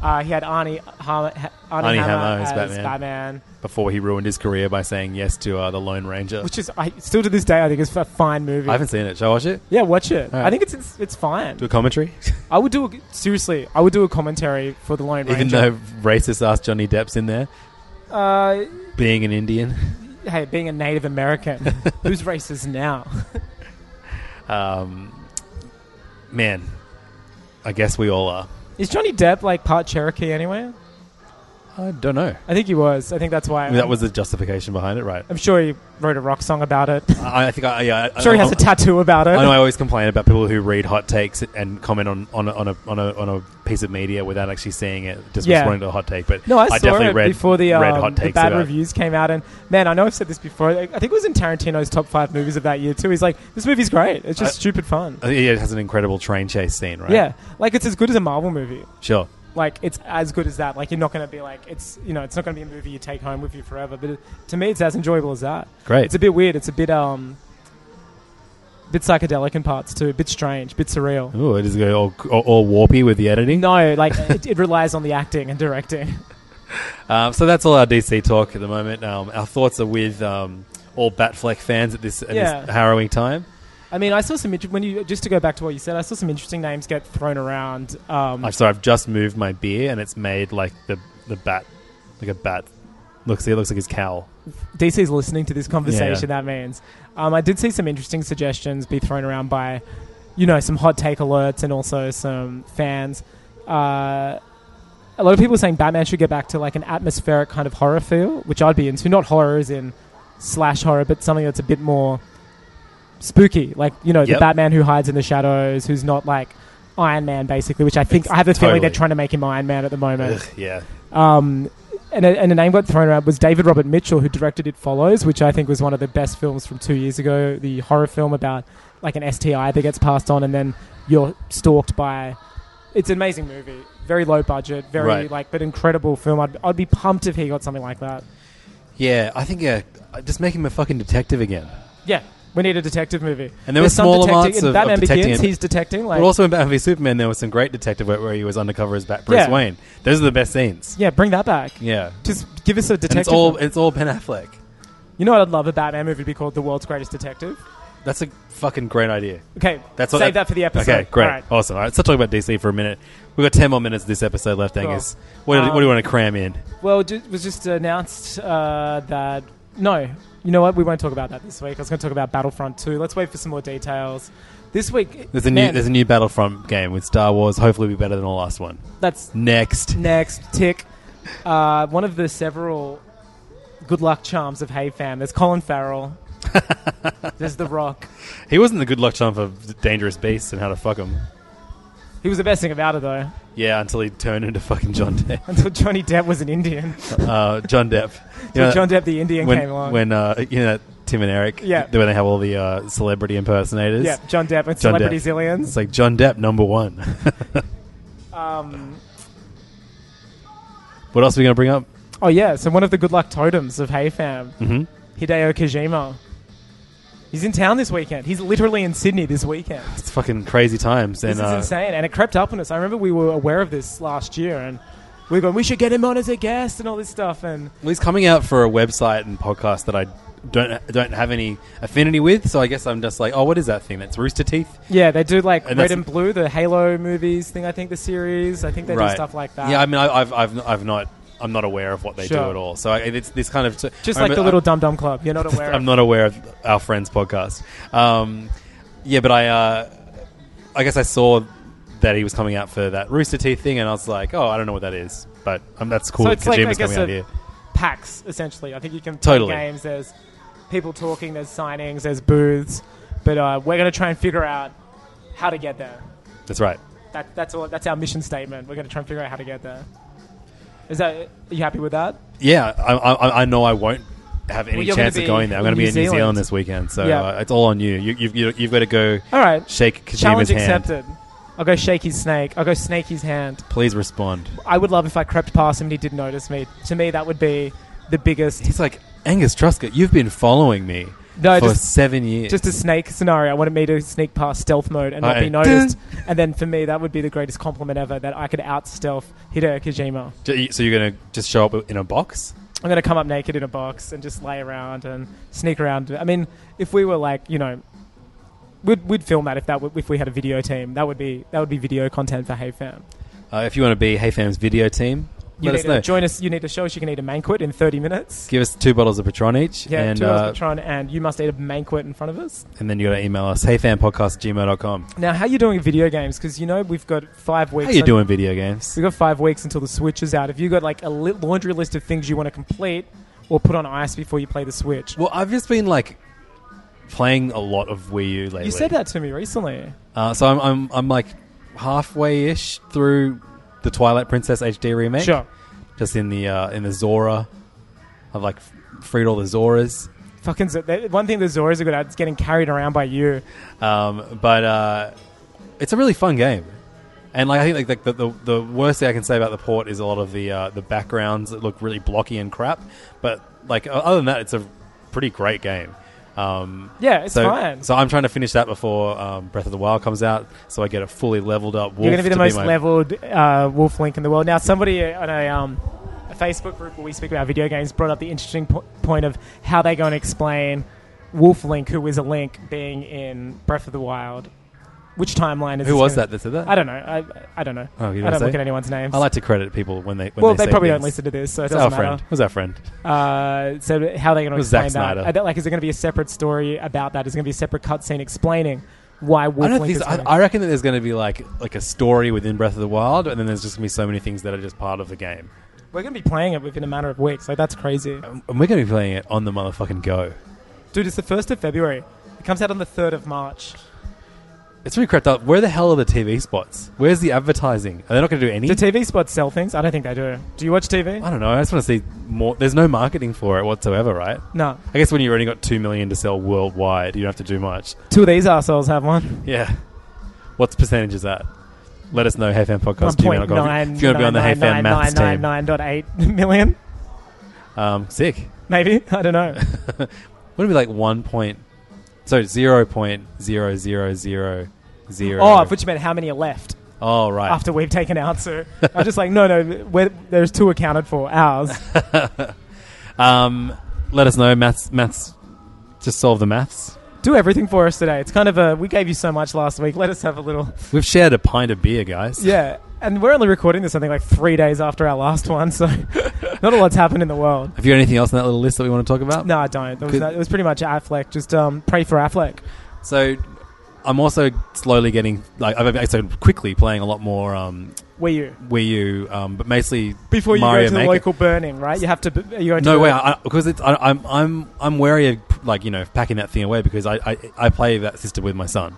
[SPEAKER 4] Uh, he had Arnie Har- Ha- Arnie,
[SPEAKER 3] Arnie
[SPEAKER 4] Hammer,
[SPEAKER 3] Hammer
[SPEAKER 4] as
[SPEAKER 3] as
[SPEAKER 4] Batman.
[SPEAKER 3] Batman. before he ruined his career by saying yes to uh, the Lone Ranger.
[SPEAKER 4] which is I still to this day I think is a fine movie.
[SPEAKER 3] I haven't seen it. Shall I watch it?
[SPEAKER 4] yeah, watch it.
[SPEAKER 3] Alright.
[SPEAKER 4] I think it's, it's it's fine.
[SPEAKER 3] Do a commentary,
[SPEAKER 4] I would do a, seriously. I would do a commentary for the Lone
[SPEAKER 3] even
[SPEAKER 4] Ranger.
[SPEAKER 3] though racist ass Johnny Depp's in there
[SPEAKER 4] uh,
[SPEAKER 3] being an Indian.
[SPEAKER 4] hey, being a Native American, who's racist now?
[SPEAKER 3] Um, man, I guess we all are.
[SPEAKER 4] Is Johnny Depp like part Cherokee anyway?
[SPEAKER 3] I don't know.
[SPEAKER 4] I think he was. I think that's why.
[SPEAKER 3] I mean, that was the justification behind it, right?
[SPEAKER 4] I'm sure he wrote a rock song about it. I'm
[SPEAKER 3] I, I think I yeah. I,
[SPEAKER 4] sure he
[SPEAKER 3] I-
[SPEAKER 4] has a tattoo about it.
[SPEAKER 3] I know I always complain about people who read hot takes and comment on, on, a, on, a, on, a, on a piece of media without actually seeing it, just
[SPEAKER 4] Yeah.
[SPEAKER 3] responding to a hot take. But
[SPEAKER 4] No, I, saw
[SPEAKER 3] definitely
[SPEAKER 4] it
[SPEAKER 3] read,
[SPEAKER 4] before the, um,
[SPEAKER 3] read hot
[SPEAKER 4] the
[SPEAKER 3] takes
[SPEAKER 4] bad
[SPEAKER 3] about-
[SPEAKER 4] reviews came out, and man, I know I've said this before. I I think it was in Tarantino's top five movies of that year too. He's like, "This movie's great. It's just
[SPEAKER 3] I-
[SPEAKER 4] stupid fun."
[SPEAKER 3] Uh, yeah, it has an incredible train chase scene, right?
[SPEAKER 4] Yeah, like it's as good as a Marvel movie.
[SPEAKER 3] sure.
[SPEAKER 4] Like it's as good as that. Like you're not going to be like it's you know it's not going to be a movie you take home with you forever. But it, to me, it's as enjoyable as that.
[SPEAKER 3] Great.
[SPEAKER 4] It's a bit weird. It's a bit um, bit psychedelic in parts too. A bit strange. bit surreal.
[SPEAKER 3] Ooh, it is good. All, all, all warpy with the editing.
[SPEAKER 4] No, like it, it relies on the acting and directing.
[SPEAKER 3] Um, so that's all our DC talk at the moment. Um, our thoughts are with um, all Batfleck fans at this, at
[SPEAKER 4] Yeah.
[SPEAKER 3] this harrowing time.
[SPEAKER 4] I mean, I saw some inter- when you just to go back to what you said. I saw some interesting names get thrown around. Um,
[SPEAKER 3] I'm sorry, I've just moved my beer and it's made like the the bat, like a bat. Looks, it looks like his cowl.
[SPEAKER 4] DC's listening to this conversation. That means um, I did see some interesting suggestions be thrown around by, you know, some hot take alerts and also some fans. Uh, a lot of people saying Batman should get back to like an atmospheric kind of horror feel, which I'd be into. Not horror as in slash horror, but something that's a bit more spooky. Like you know, the
[SPEAKER 3] Yep.
[SPEAKER 4] Batman who hides in the shadows, who's not like Iron Man, basically. Which I think I have the feeling
[SPEAKER 3] Totally.
[SPEAKER 4] they're trying to make him Iron Man at the moment
[SPEAKER 3] Ugh, yeah,
[SPEAKER 4] um, and, a, and a name got thrown around was David Robert Mitchell, who directed It Follows, which I think was one of the best films from two years ago. The horror film about like an STI that gets passed on, and then you're stalked by. It's an amazing movie. Very low budget, very
[SPEAKER 3] Right.
[SPEAKER 4] like, but incredible film. I'd, I'd be pumped if he got something like that.
[SPEAKER 3] yeah. I think yeah, just make him a fucking detective again.
[SPEAKER 4] Yeah, we need a detective movie.
[SPEAKER 3] And there were
[SPEAKER 4] There's some
[SPEAKER 3] small
[SPEAKER 4] detecting-
[SPEAKER 3] amounts
[SPEAKER 4] in
[SPEAKER 3] of- of
[SPEAKER 4] Batman
[SPEAKER 3] detecting
[SPEAKER 4] Begins.
[SPEAKER 3] it.
[SPEAKER 4] He's detecting like
[SPEAKER 3] But also in Batman v Superman, there was some great detective work where he was undercover as Bat Bruce
[SPEAKER 4] Yeah.
[SPEAKER 3] Wayne. Those are the best scenes.
[SPEAKER 4] yeah, bring that back.
[SPEAKER 3] Yeah,
[SPEAKER 4] Just give us a detective.
[SPEAKER 3] and it's all it's all Ben Affleck.
[SPEAKER 4] you know what I'd love a Batman movie to be called The World's Greatest Detective.
[SPEAKER 3] That's a fucking great idea.
[SPEAKER 4] Okay,
[SPEAKER 3] That's
[SPEAKER 4] save
[SPEAKER 3] what,
[SPEAKER 4] that, for the episode.
[SPEAKER 3] Okay, great,
[SPEAKER 4] All right.
[SPEAKER 3] awesome. All right, so talk about DC for a minute. We've got ten more minutes of this episode left, Angus. What, do-
[SPEAKER 4] Um,
[SPEAKER 3] what do you want to cram in?
[SPEAKER 4] Well, it ju- was just announced uh, that no, you know what? We won't talk about that this week. I was going to talk about Battlefront 2. Let's wait for some more details. This week,
[SPEAKER 3] There's a new
[SPEAKER 4] man,
[SPEAKER 3] there's a new Battlefront game with Star Wars. Hopefully, it'll be better than the last one.
[SPEAKER 4] that's
[SPEAKER 3] Next,
[SPEAKER 4] next tick. Uh, one of the several good luck charms of Hey Fam. There's Colin Farrell. There's The Rock.
[SPEAKER 3] he wasn't the good luck charm for Dangerous Beasts and How to Fuck Them.
[SPEAKER 4] He was the best thing about it, though,
[SPEAKER 3] Yeah, until he turned into fucking John Depp.
[SPEAKER 4] until Johnny Depp was an Indian.
[SPEAKER 3] Uh, John Depp. You
[SPEAKER 4] Until
[SPEAKER 3] know,
[SPEAKER 4] John Depp the Indian
[SPEAKER 3] when,
[SPEAKER 4] came along.
[SPEAKER 3] When uh, you know that Tim and Eric,
[SPEAKER 4] Yeah.
[SPEAKER 3] when they have all the uh, celebrity impersonators.
[SPEAKER 4] yeah, John Depp and
[SPEAKER 3] John
[SPEAKER 4] Celebrity
[SPEAKER 3] Depp.
[SPEAKER 4] Zillions.
[SPEAKER 3] It's like John Depp number one.
[SPEAKER 4] Um,
[SPEAKER 3] what else are we gonna bring up?
[SPEAKER 4] oh, yeah, so one of the good luck totems of Hey Fam,
[SPEAKER 3] Mm-hmm.
[SPEAKER 4] Hideo Kojima. He's in town this weekend. He's literally in Sydney this weekend.
[SPEAKER 3] It's fucking crazy times. And
[SPEAKER 4] This is
[SPEAKER 3] uh,
[SPEAKER 4] insane, and it crept up on us. I remember we were aware of this last year, and we were going, "We should get him on as a guest and all this stuff." And
[SPEAKER 3] well, he's coming out for a website and podcast that I don't don't have any affinity with. So I guess I'm just like, oh, what is that thing? That's Rooster Teeth.
[SPEAKER 4] yeah, they do like
[SPEAKER 3] And
[SPEAKER 4] Red
[SPEAKER 3] that's-
[SPEAKER 4] and Blue, the Halo movies thing. I think the series. I think they do stuff like that.
[SPEAKER 3] Yeah, I mean, I, I've, I've, I've not, I'm not aware of what they do
[SPEAKER 4] Sure.
[SPEAKER 3] at all. So I, it's this kind of
[SPEAKER 4] just
[SPEAKER 3] I
[SPEAKER 4] like the
[SPEAKER 3] remember-
[SPEAKER 4] little Dum Dum Club. You're not aware.
[SPEAKER 3] I'm
[SPEAKER 4] of.
[SPEAKER 3] not aware of our friends' podcast. Um, yeah, but I, uh, I guess I saw that he was coming out for that Rooster Teeth thing, and I was like, oh, I don't know what that is, but um, that's cool.
[SPEAKER 4] So
[SPEAKER 3] that
[SPEAKER 4] it's like, I
[SPEAKER 3] Kojima's
[SPEAKER 4] guess,
[SPEAKER 3] coming out
[SPEAKER 4] a-
[SPEAKER 3] here.
[SPEAKER 4] packs essentially. I think you can play
[SPEAKER 3] Totally.
[SPEAKER 4] games. There's people talking. There's signings. There's booths. But uh, we're going to try and figure out how to get there.
[SPEAKER 3] That's right.
[SPEAKER 4] That, that's all. That's our mission statement. We're going to try and figure out how to get there. Is that? Are you happy with that?
[SPEAKER 3] Yeah, I, I, I know I won't have any
[SPEAKER 4] Well, you're
[SPEAKER 3] chance
[SPEAKER 4] gonna
[SPEAKER 3] of
[SPEAKER 4] be
[SPEAKER 3] going there. I'm going
[SPEAKER 4] in
[SPEAKER 3] to be
[SPEAKER 4] New
[SPEAKER 3] in New
[SPEAKER 4] Zealand.
[SPEAKER 3] Zealand this weekend, so
[SPEAKER 4] Yeah.
[SPEAKER 3] uh, it's all on you. you you've, you you've got to go
[SPEAKER 4] All right.
[SPEAKER 3] shake Kojima's
[SPEAKER 4] Challenge
[SPEAKER 3] hand.
[SPEAKER 4] accepted. I'll go shake his snake. I'll go snake his hand.
[SPEAKER 3] Please respond.
[SPEAKER 4] I would love if I crept past him and he didn't notice me. To me, that would be the biggest.
[SPEAKER 3] He's like, Angus Truscott, you've been following me
[SPEAKER 4] No,
[SPEAKER 3] for
[SPEAKER 4] just-
[SPEAKER 3] seven years.
[SPEAKER 4] Just a snake scenario. I wanted me to sneak past stealth mode and not
[SPEAKER 3] Alright.
[SPEAKER 4] be noticed. and then for me, that would be the greatest compliment ever that I could out stealth Hideo Kojima.
[SPEAKER 3] J- so you're going to just show up in a box?
[SPEAKER 4] I'm going to come up naked in a box and just lay around and sneak around. I mean, if we were like, you know, we'd, we'd film that if that w- if we had a video team. That would be that would be video content for HeyFam.
[SPEAKER 3] Uh, if you want to be Hey Fam's video team, let
[SPEAKER 4] You need
[SPEAKER 3] us
[SPEAKER 4] to
[SPEAKER 3] know.
[SPEAKER 4] join us. You need to show us you can eat a banquet in 30 minutes.
[SPEAKER 3] Give us two bottles of Patron each,
[SPEAKER 4] Yeah,
[SPEAKER 3] and,
[SPEAKER 4] two hours
[SPEAKER 3] uh,
[SPEAKER 4] of Patron, and you must eat a banquet in front of us.
[SPEAKER 3] and then you got to email us heyfanpodcast@gmail.com.
[SPEAKER 4] Now, how you doing with video games? Because you know we've got five weeks.
[SPEAKER 3] How you
[SPEAKER 4] un-
[SPEAKER 3] doing, video games?
[SPEAKER 4] We've got five weeks until the Switch is out. Have you got like a li- laundry list of things you want to complete or put on ice before you play the Switch?
[SPEAKER 3] Well, I've just been like playing a lot of Wii U lately.
[SPEAKER 4] you said that to me recently.
[SPEAKER 3] Uh, so I'm, I'm I'm like halfway ish through the Twilight Princess HD remake.
[SPEAKER 4] Sure.
[SPEAKER 3] Just in the uh, in the Zora, I've like f- freed all the Zoras.
[SPEAKER 4] Fucking Z- they- one thing the Zoras are good at is getting carried around by you.
[SPEAKER 3] Um, but uh, it's a really fun game, and like I think like the, the the worst thing I can say about the port is a lot of the uh, the backgrounds that look really blocky and crap. But like o- other than that, it's a pretty great game. Um,
[SPEAKER 4] Yeah, it's
[SPEAKER 3] so,
[SPEAKER 4] fine.
[SPEAKER 3] So I'm trying to finish that before um, Breath of the Wild comes out, so I get a fully leveled up. Wolf
[SPEAKER 4] You're going to be the most
[SPEAKER 3] my-
[SPEAKER 4] leveled uh, Wolf Link in the world. Now, somebody on a, um, a Facebook group where we speak about video games brought up the interesting po- point of how they're going to explain Wolf Link, who is a Link, being in Breath of the Wild. Which timeline is
[SPEAKER 3] Who
[SPEAKER 4] this
[SPEAKER 3] was
[SPEAKER 4] gonna-
[SPEAKER 3] that that said that?
[SPEAKER 4] I don't know. I, I don't know.
[SPEAKER 3] Oh, you
[SPEAKER 4] I
[SPEAKER 3] don't
[SPEAKER 4] don't
[SPEAKER 3] say?
[SPEAKER 4] look at anyone's names.
[SPEAKER 3] I like to credit people when they when
[SPEAKER 4] well,
[SPEAKER 3] they,
[SPEAKER 4] they,
[SPEAKER 3] say
[SPEAKER 4] probably
[SPEAKER 3] things.
[SPEAKER 4] don't listen to this, so it
[SPEAKER 3] It's our
[SPEAKER 4] doesn't
[SPEAKER 3] friend.
[SPEAKER 4] matter.
[SPEAKER 3] Who's our friend?
[SPEAKER 4] Uh, so how are they going to
[SPEAKER 3] was Zack
[SPEAKER 4] explain that?
[SPEAKER 3] Snyder.
[SPEAKER 4] I don't- like, is there going to be a separate story about that? Is there going to be a separate cutscene explaining why
[SPEAKER 3] I
[SPEAKER 4] Wolf
[SPEAKER 3] don't
[SPEAKER 4] Link
[SPEAKER 3] think
[SPEAKER 4] is
[SPEAKER 3] so. I,
[SPEAKER 4] coming?
[SPEAKER 3] I reckon that there's going to be like like a story within Breath of the Wild, and then there's just going to be so many things that are just part of the game.
[SPEAKER 4] We're going to be playing it within a matter of weeks. Like that's crazy,
[SPEAKER 3] And we're going to be playing it on the motherfucking go.
[SPEAKER 4] dude. It's the first of February. It comes out on the third of March.
[SPEAKER 3] It's really crept up. Where the hell are the TV spots? Where's the advertising? Are they not going to do any?
[SPEAKER 4] Do
[SPEAKER 3] I
[SPEAKER 4] TV spots sell things? I don't think they do. Do you watch TV?
[SPEAKER 3] I don't know. I just want to see more. There's no marketing for it whatsoever, right?
[SPEAKER 4] No.
[SPEAKER 3] I guess when you've only got two million to sell worldwide, you don't have to do much.
[SPEAKER 4] Two of these assholes have one.
[SPEAKER 3] Yeah. What's percentage is that? Let us know. HeyFan
[SPEAKER 4] One
[SPEAKER 3] podcast.
[SPEAKER 4] point
[SPEAKER 3] gmail.com.
[SPEAKER 4] nine
[SPEAKER 3] If you want to be on the
[SPEAKER 4] nine
[SPEAKER 3] HeyFan
[SPEAKER 4] nine nine
[SPEAKER 3] maths
[SPEAKER 4] nine
[SPEAKER 3] team,
[SPEAKER 4] nine dot eight million,
[SPEAKER 3] um, sick.
[SPEAKER 4] maybe. I don't know.
[SPEAKER 3] What would it be like one point? So zero point zero zero zero zero.
[SPEAKER 4] oh, which meant how many are left?
[SPEAKER 3] oh right.
[SPEAKER 4] after we've taken out. So I'm just like, no, no, we're, there's two accounted for ours.
[SPEAKER 3] um, let us know. Maths, maths. Just solve the maths.
[SPEAKER 4] Do everything for us today. It's kind of a we gave you so much last week. Let us have a little,
[SPEAKER 3] We've shared a pint of beer, guys.
[SPEAKER 4] yeah. And we're only recording this, I think, like three days after our last one, so not a lot's happened in the world.
[SPEAKER 3] Have you got anything else on that little list that we want to talk about?
[SPEAKER 4] No, I don't. It was,
[SPEAKER 3] Good.
[SPEAKER 4] no, it was pretty much Affleck. Just um, pray for Affleck.
[SPEAKER 3] So, I'm also slowly getting like I've been so quickly playing a lot more um,
[SPEAKER 4] Were you
[SPEAKER 3] Wii U, um, but mostly
[SPEAKER 4] before you
[SPEAKER 3] Mario
[SPEAKER 4] go to the
[SPEAKER 3] Maker.
[SPEAKER 4] local burning, right? You have to. b- You go to
[SPEAKER 3] No
[SPEAKER 4] the,
[SPEAKER 3] way, I- because it's I, I'm I'm I'm wary of like you know packing that thing away because I, I I play that system with my son,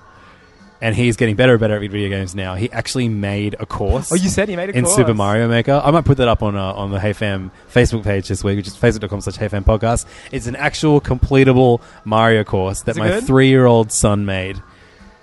[SPEAKER 3] and he's getting better and better at video games now. He actually made a course.
[SPEAKER 4] Oh, you said he made a
[SPEAKER 3] in
[SPEAKER 4] course.
[SPEAKER 3] Super Mario Maker. I might put that up on uh, on the HeyFam Facebook page this week, which is facebook.com slash HeyFam podcast. It's an actual completable Mario course that
[SPEAKER 4] Is it
[SPEAKER 3] my
[SPEAKER 4] good?
[SPEAKER 3] three year old son made.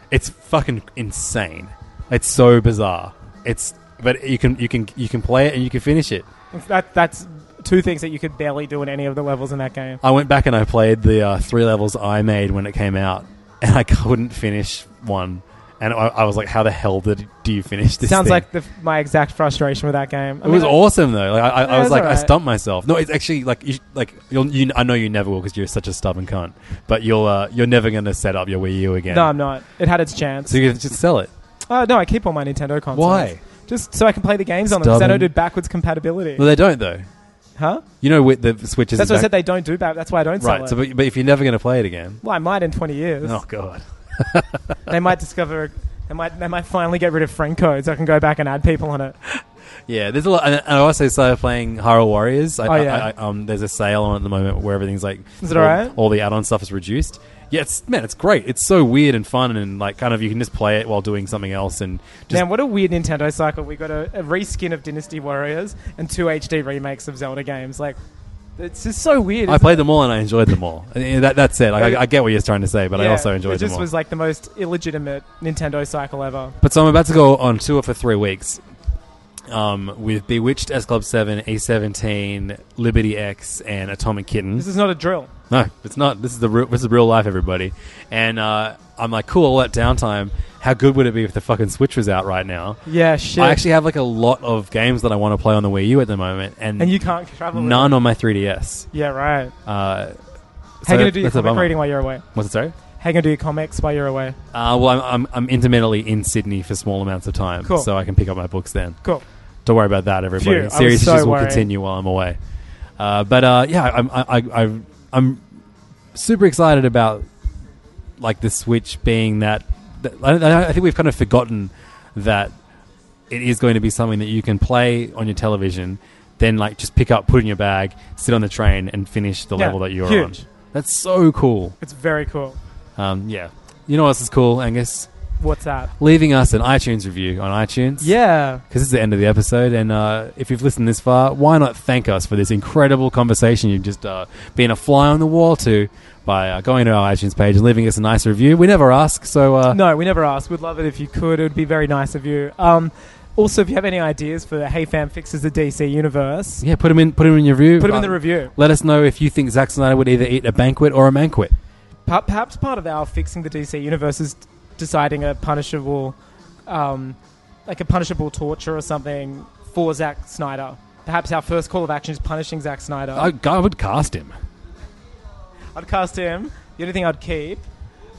[SPEAKER 3] It's fucking insane. It's so bizarre. It's but you can you can you can play it and you can finish it.
[SPEAKER 4] That, that's two things that you could barely do in any of the levels in that game.
[SPEAKER 3] I went back and I played the uh, three levels I made when it came out, and I couldn't finish one. And I, I was like, "How the hell did do you finish this?"
[SPEAKER 4] Sounds
[SPEAKER 3] thing?
[SPEAKER 4] like the, my exact frustration with that game. I
[SPEAKER 3] It was
[SPEAKER 4] I-
[SPEAKER 3] awesome though. Like I, I, I
[SPEAKER 4] Yeah,
[SPEAKER 3] was
[SPEAKER 4] it's
[SPEAKER 3] like, I
[SPEAKER 4] alright.
[SPEAKER 3] stumped myself. No, it's actually like you, like you'll, you. I know you never will because you're such a stubborn cunt. But you'll uh, you're never going to set up your Wii U again.
[SPEAKER 4] No, I'm not. It had its chance.
[SPEAKER 3] So you can just sell it.
[SPEAKER 4] Oh no, I keep all my Nintendo consoles.
[SPEAKER 3] Why?
[SPEAKER 4] Just so I can play the games on them. Because I
[SPEAKER 3] Stubborn.
[SPEAKER 4] don't do backwards compatibility.
[SPEAKER 3] Well, they don't though.
[SPEAKER 4] huh?
[SPEAKER 3] You know, with the switches.
[SPEAKER 4] That's what I said. They don't do back. That's why I don't sell
[SPEAKER 3] right.
[SPEAKER 4] it.
[SPEAKER 3] So, but, but if you're never going to play it again,
[SPEAKER 4] well, I might in 20 years.
[SPEAKER 3] oh god.
[SPEAKER 4] They might discover. They might. They might finally get rid of friend codes. I can go back and add people on it.
[SPEAKER 3] Yeah, there's a lot, and and I also started playing Hyrule Warriors. I,
[SPEAKER 4] Oh, yeah.
[SPEAKER 3] I, I, um, there's a sale on at the moment where everything's like,
[SPEAKER 4] Is it
[SPEAKER 3] all,
[SPEAKER 4] alright?
[SPEAKER 3] all the add-on stuff is reduced. Yeah, it's man, it's great. It's so weird and fun, and like kind of you can just play it while doing something else, and just
[SPEAKER 4] Man, what a weird Nintendo cycle. We got a, a reskin of Dynasty Warriors and two HD remakes of Zelda games. Like, it's just so weird.
[SPEAKER 3] I
[SPEAKER 4] isn't
[SPEAKER 3] played them all and I enjoyed them all. And, yeah, that, that's it. Like, I, I get what you're trying to say,
[SPEAKER 4] it?
[SPEAKER 3] but I
[SPEAKER 4] Yeah,
[SPEAKER 3] also enjoyed
[SPEAKER 4] It
[SPEAKER 3] them
[SPEAKER 4] just
[SPEAKER 3] all.
[SPEAKER 4] was like the most illegitimate Nintendo cycle ever.
[SPEAKER 3] But so I'm about to go on tour for three weeks um, with Bewitched, S Club 7, A17, Liberty X, and Atomic Kitten.
[SPEAKER 4] This is not a drill.
[SPEAKER 3] No, it's not. This is the real, this is real life, everybody. And uh, I'm like, cool, all that downtime. How good would it be if the fucking Switch was out right now?
[SPEAKER 4] Yeah, shit.
[SPEAKER 3] I actually have like a lot of games that I want to play on the Wii U at the moment, and,
[SPEAKER 4] and you can't travel. with
[SPEAKER 3] none
[SPEAKER 4] it.
[SPEAKER 3] on my 3DS.
[SPEAKER 4] Yeah, right.
[SPEAKER 3] Uh, so
[SPEAKER 4] How are you gonna do your
[SPEAKER 3] that's a
[SPEAKER 4] comic
[SPEAKER 3] bummer.
[SPEAKER 4] reading while you're away?
[SPEAKER 3] What's it sorry?
[SPEAKER 4] How you gonna do your comics while you're away?
[SPEAKER 3] Uh, well, I'm, I'm, I'm intermittently in Sydney for small amounts of time,
[SPEAKER 4] Cool.
[SPEAKER 3] so I can pick up my books then.
[SPEAKER 4] Cool.
[SPEAKER 3] Don't worry about that, everybody.
[SPEAKER 4] Phew, I was
[SPEAKER 3] Series
[SPEAKER 4] so
[SPEAKER 3] issues will
[SPEAKER 4] worried.
[SPEAKER 3] continue while I'm away. Uh, but uh, yeah, I'm I, I, I, I'm super excited about like the Switch being that. that I, I think we've kind of forgotten that it is going to be something that you can play on your television, then like just pick up, put in your bag, sit on the train, and finish the
[SPEAKER 4] Yeah,
[SPEAKER 3] level that you're
[SPEAKER 4] huge.
[SPEAKER 3] on. That's so cool.
[SPEAKER 4] It's very cool.
[SPEAKER 3] Um, yeah, you know what else is cool, Angus?
[SPEAKER 4] What's that?
[SPEAKER 3] leaving us an iTunes review on iTunes.
[SPEAKER 4] Yeah.
[SPEAKER 3] Because this is the end of the episode, and uh, if you've listened this far, why not thank us for this incredible conversation you've just uh, been a fly on the wall to by uh, going to our iTunes page and leaving us a nice review? We never ask, so uh,
[SPEAKER 4] No, we never asked. We'd love it if you could. It would be very nice of you. Um, also, if you have any ideas for Hey Fam Fixes the DC Universe,
[SPEAKER 3] yeah, put them in, put 'em in your review.
[SPEAKER 4] put them in
[SPEAKER 3] Uh,
[SPEAKER 4] the review.
[SPEAKER 3] Let us know if you think Zack Snyder would either eat a banquet or a banquet.
[SPEAKER 4] Per- Perhaps part of our fixing the DC Universe is deciding a punishable, um, like a punishable torture or something for Zack Snyder. Perhaps our first call of action is punishing Zack Snyder.
[SPEAKER 3] I, I would cast him.
[SPEAKER 4] I'd cast him. The only thing I'd keep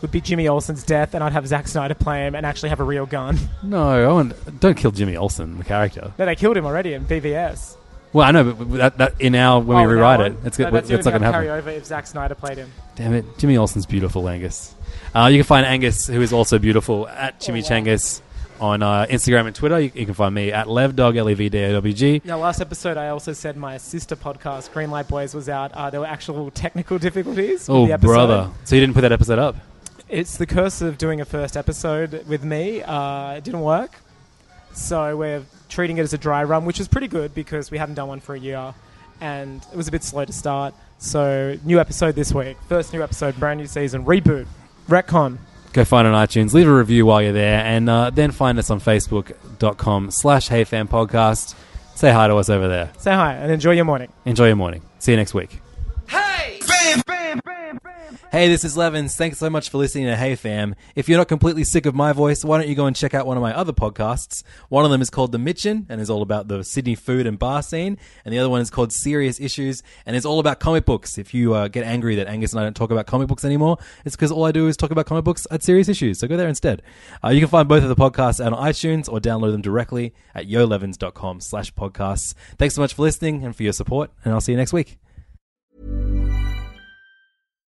[SPEAKER 4] would be Jimmy Olsen's death, and I'd have Zack Snyder play him and actually have a real gun.
[SPEAKER 3] No, I want, don't kill Jimmy Olsen, the character.
[SPEAKER 4] no, they killed him already in BVS.
[SPEAKER 3] Well, I know, but that, that in our when
[SPEAKER 4] Oh,
[SPEAKER 3] we
[SPEAKER 4] that
[SPEAKER 3] rewrite
[SPEAKER 4] one?
[SPEAKER 3] it, that's,
[SPEAKER 4] No,
[SPEAKER 3] good, that's,
[SPEAKER 4] the only
[SPEAKER 3] not
[SPEAKER 4] thing
[SPEAKER 3] going to
[SPEAKER 4] I'd
[SPEAKER 3] happen.
[SPEAKER 4] Carry over if Zack Snyder played him.
[SPEAKER 3] Damn it, Jimmy Olsen's beautiful, Angus. Uh, you can find Angus, who is also beautiful, at
[SPEAKER 4] Oh,
[SPEAKER 3] Jimmy Changus on uh, Instagram and Twitter. You, you can find me at levdog, E L-E-V-D-O-W-G.
[SPEAKER 4] Now, last episode, I also said my sister podcast, Greenlight Boys, was out. Uh, there were actual technical difficulties. with the
[SPEAKER 3] Oh,
[SPEAKER 4] episode.
[SPEAKER 3] brother. So you didn't put that episode up?
[SPEAKER 4] It's the curse of doing a first episode with me. Uh, it didn't work. So we're treating it as a dry run, which is pretty good because we haven't done one for a year and it was a bit slow to start. So, new episode this week. First new episode, brand new season, reboot, retcon.
[SPEAKER 3] Go find it on iTunes. Leave a review while you're there. And uh, then find us on facebook.com slash heyfanpodcast. Say hi to us over there.
[SPEAKER 4] Say hi and enjoy your morning.
[SPEAKER 3] Enjoy your morning. See you next week. Hey, this is Levins. Thanks so much for listening to Hey Fam. If you're not completely sick of my voice, why don't you go and check out one of my other podcasts? One of them is called The Mitchin and is all about the Sydney food and bar scene, and the other one is called Serious Issues and is all about comic books. If you uh, get angry that Angus and I don't talk about comic books anymore, it's because all I do is talk about comic books at Serious Issues. So go there instead. Uh, you can find both of the podcasts out on iTunes or download them directly at yolevins.com slash podcasts. Thanks so much for listening and for your support, and I'll see you next week.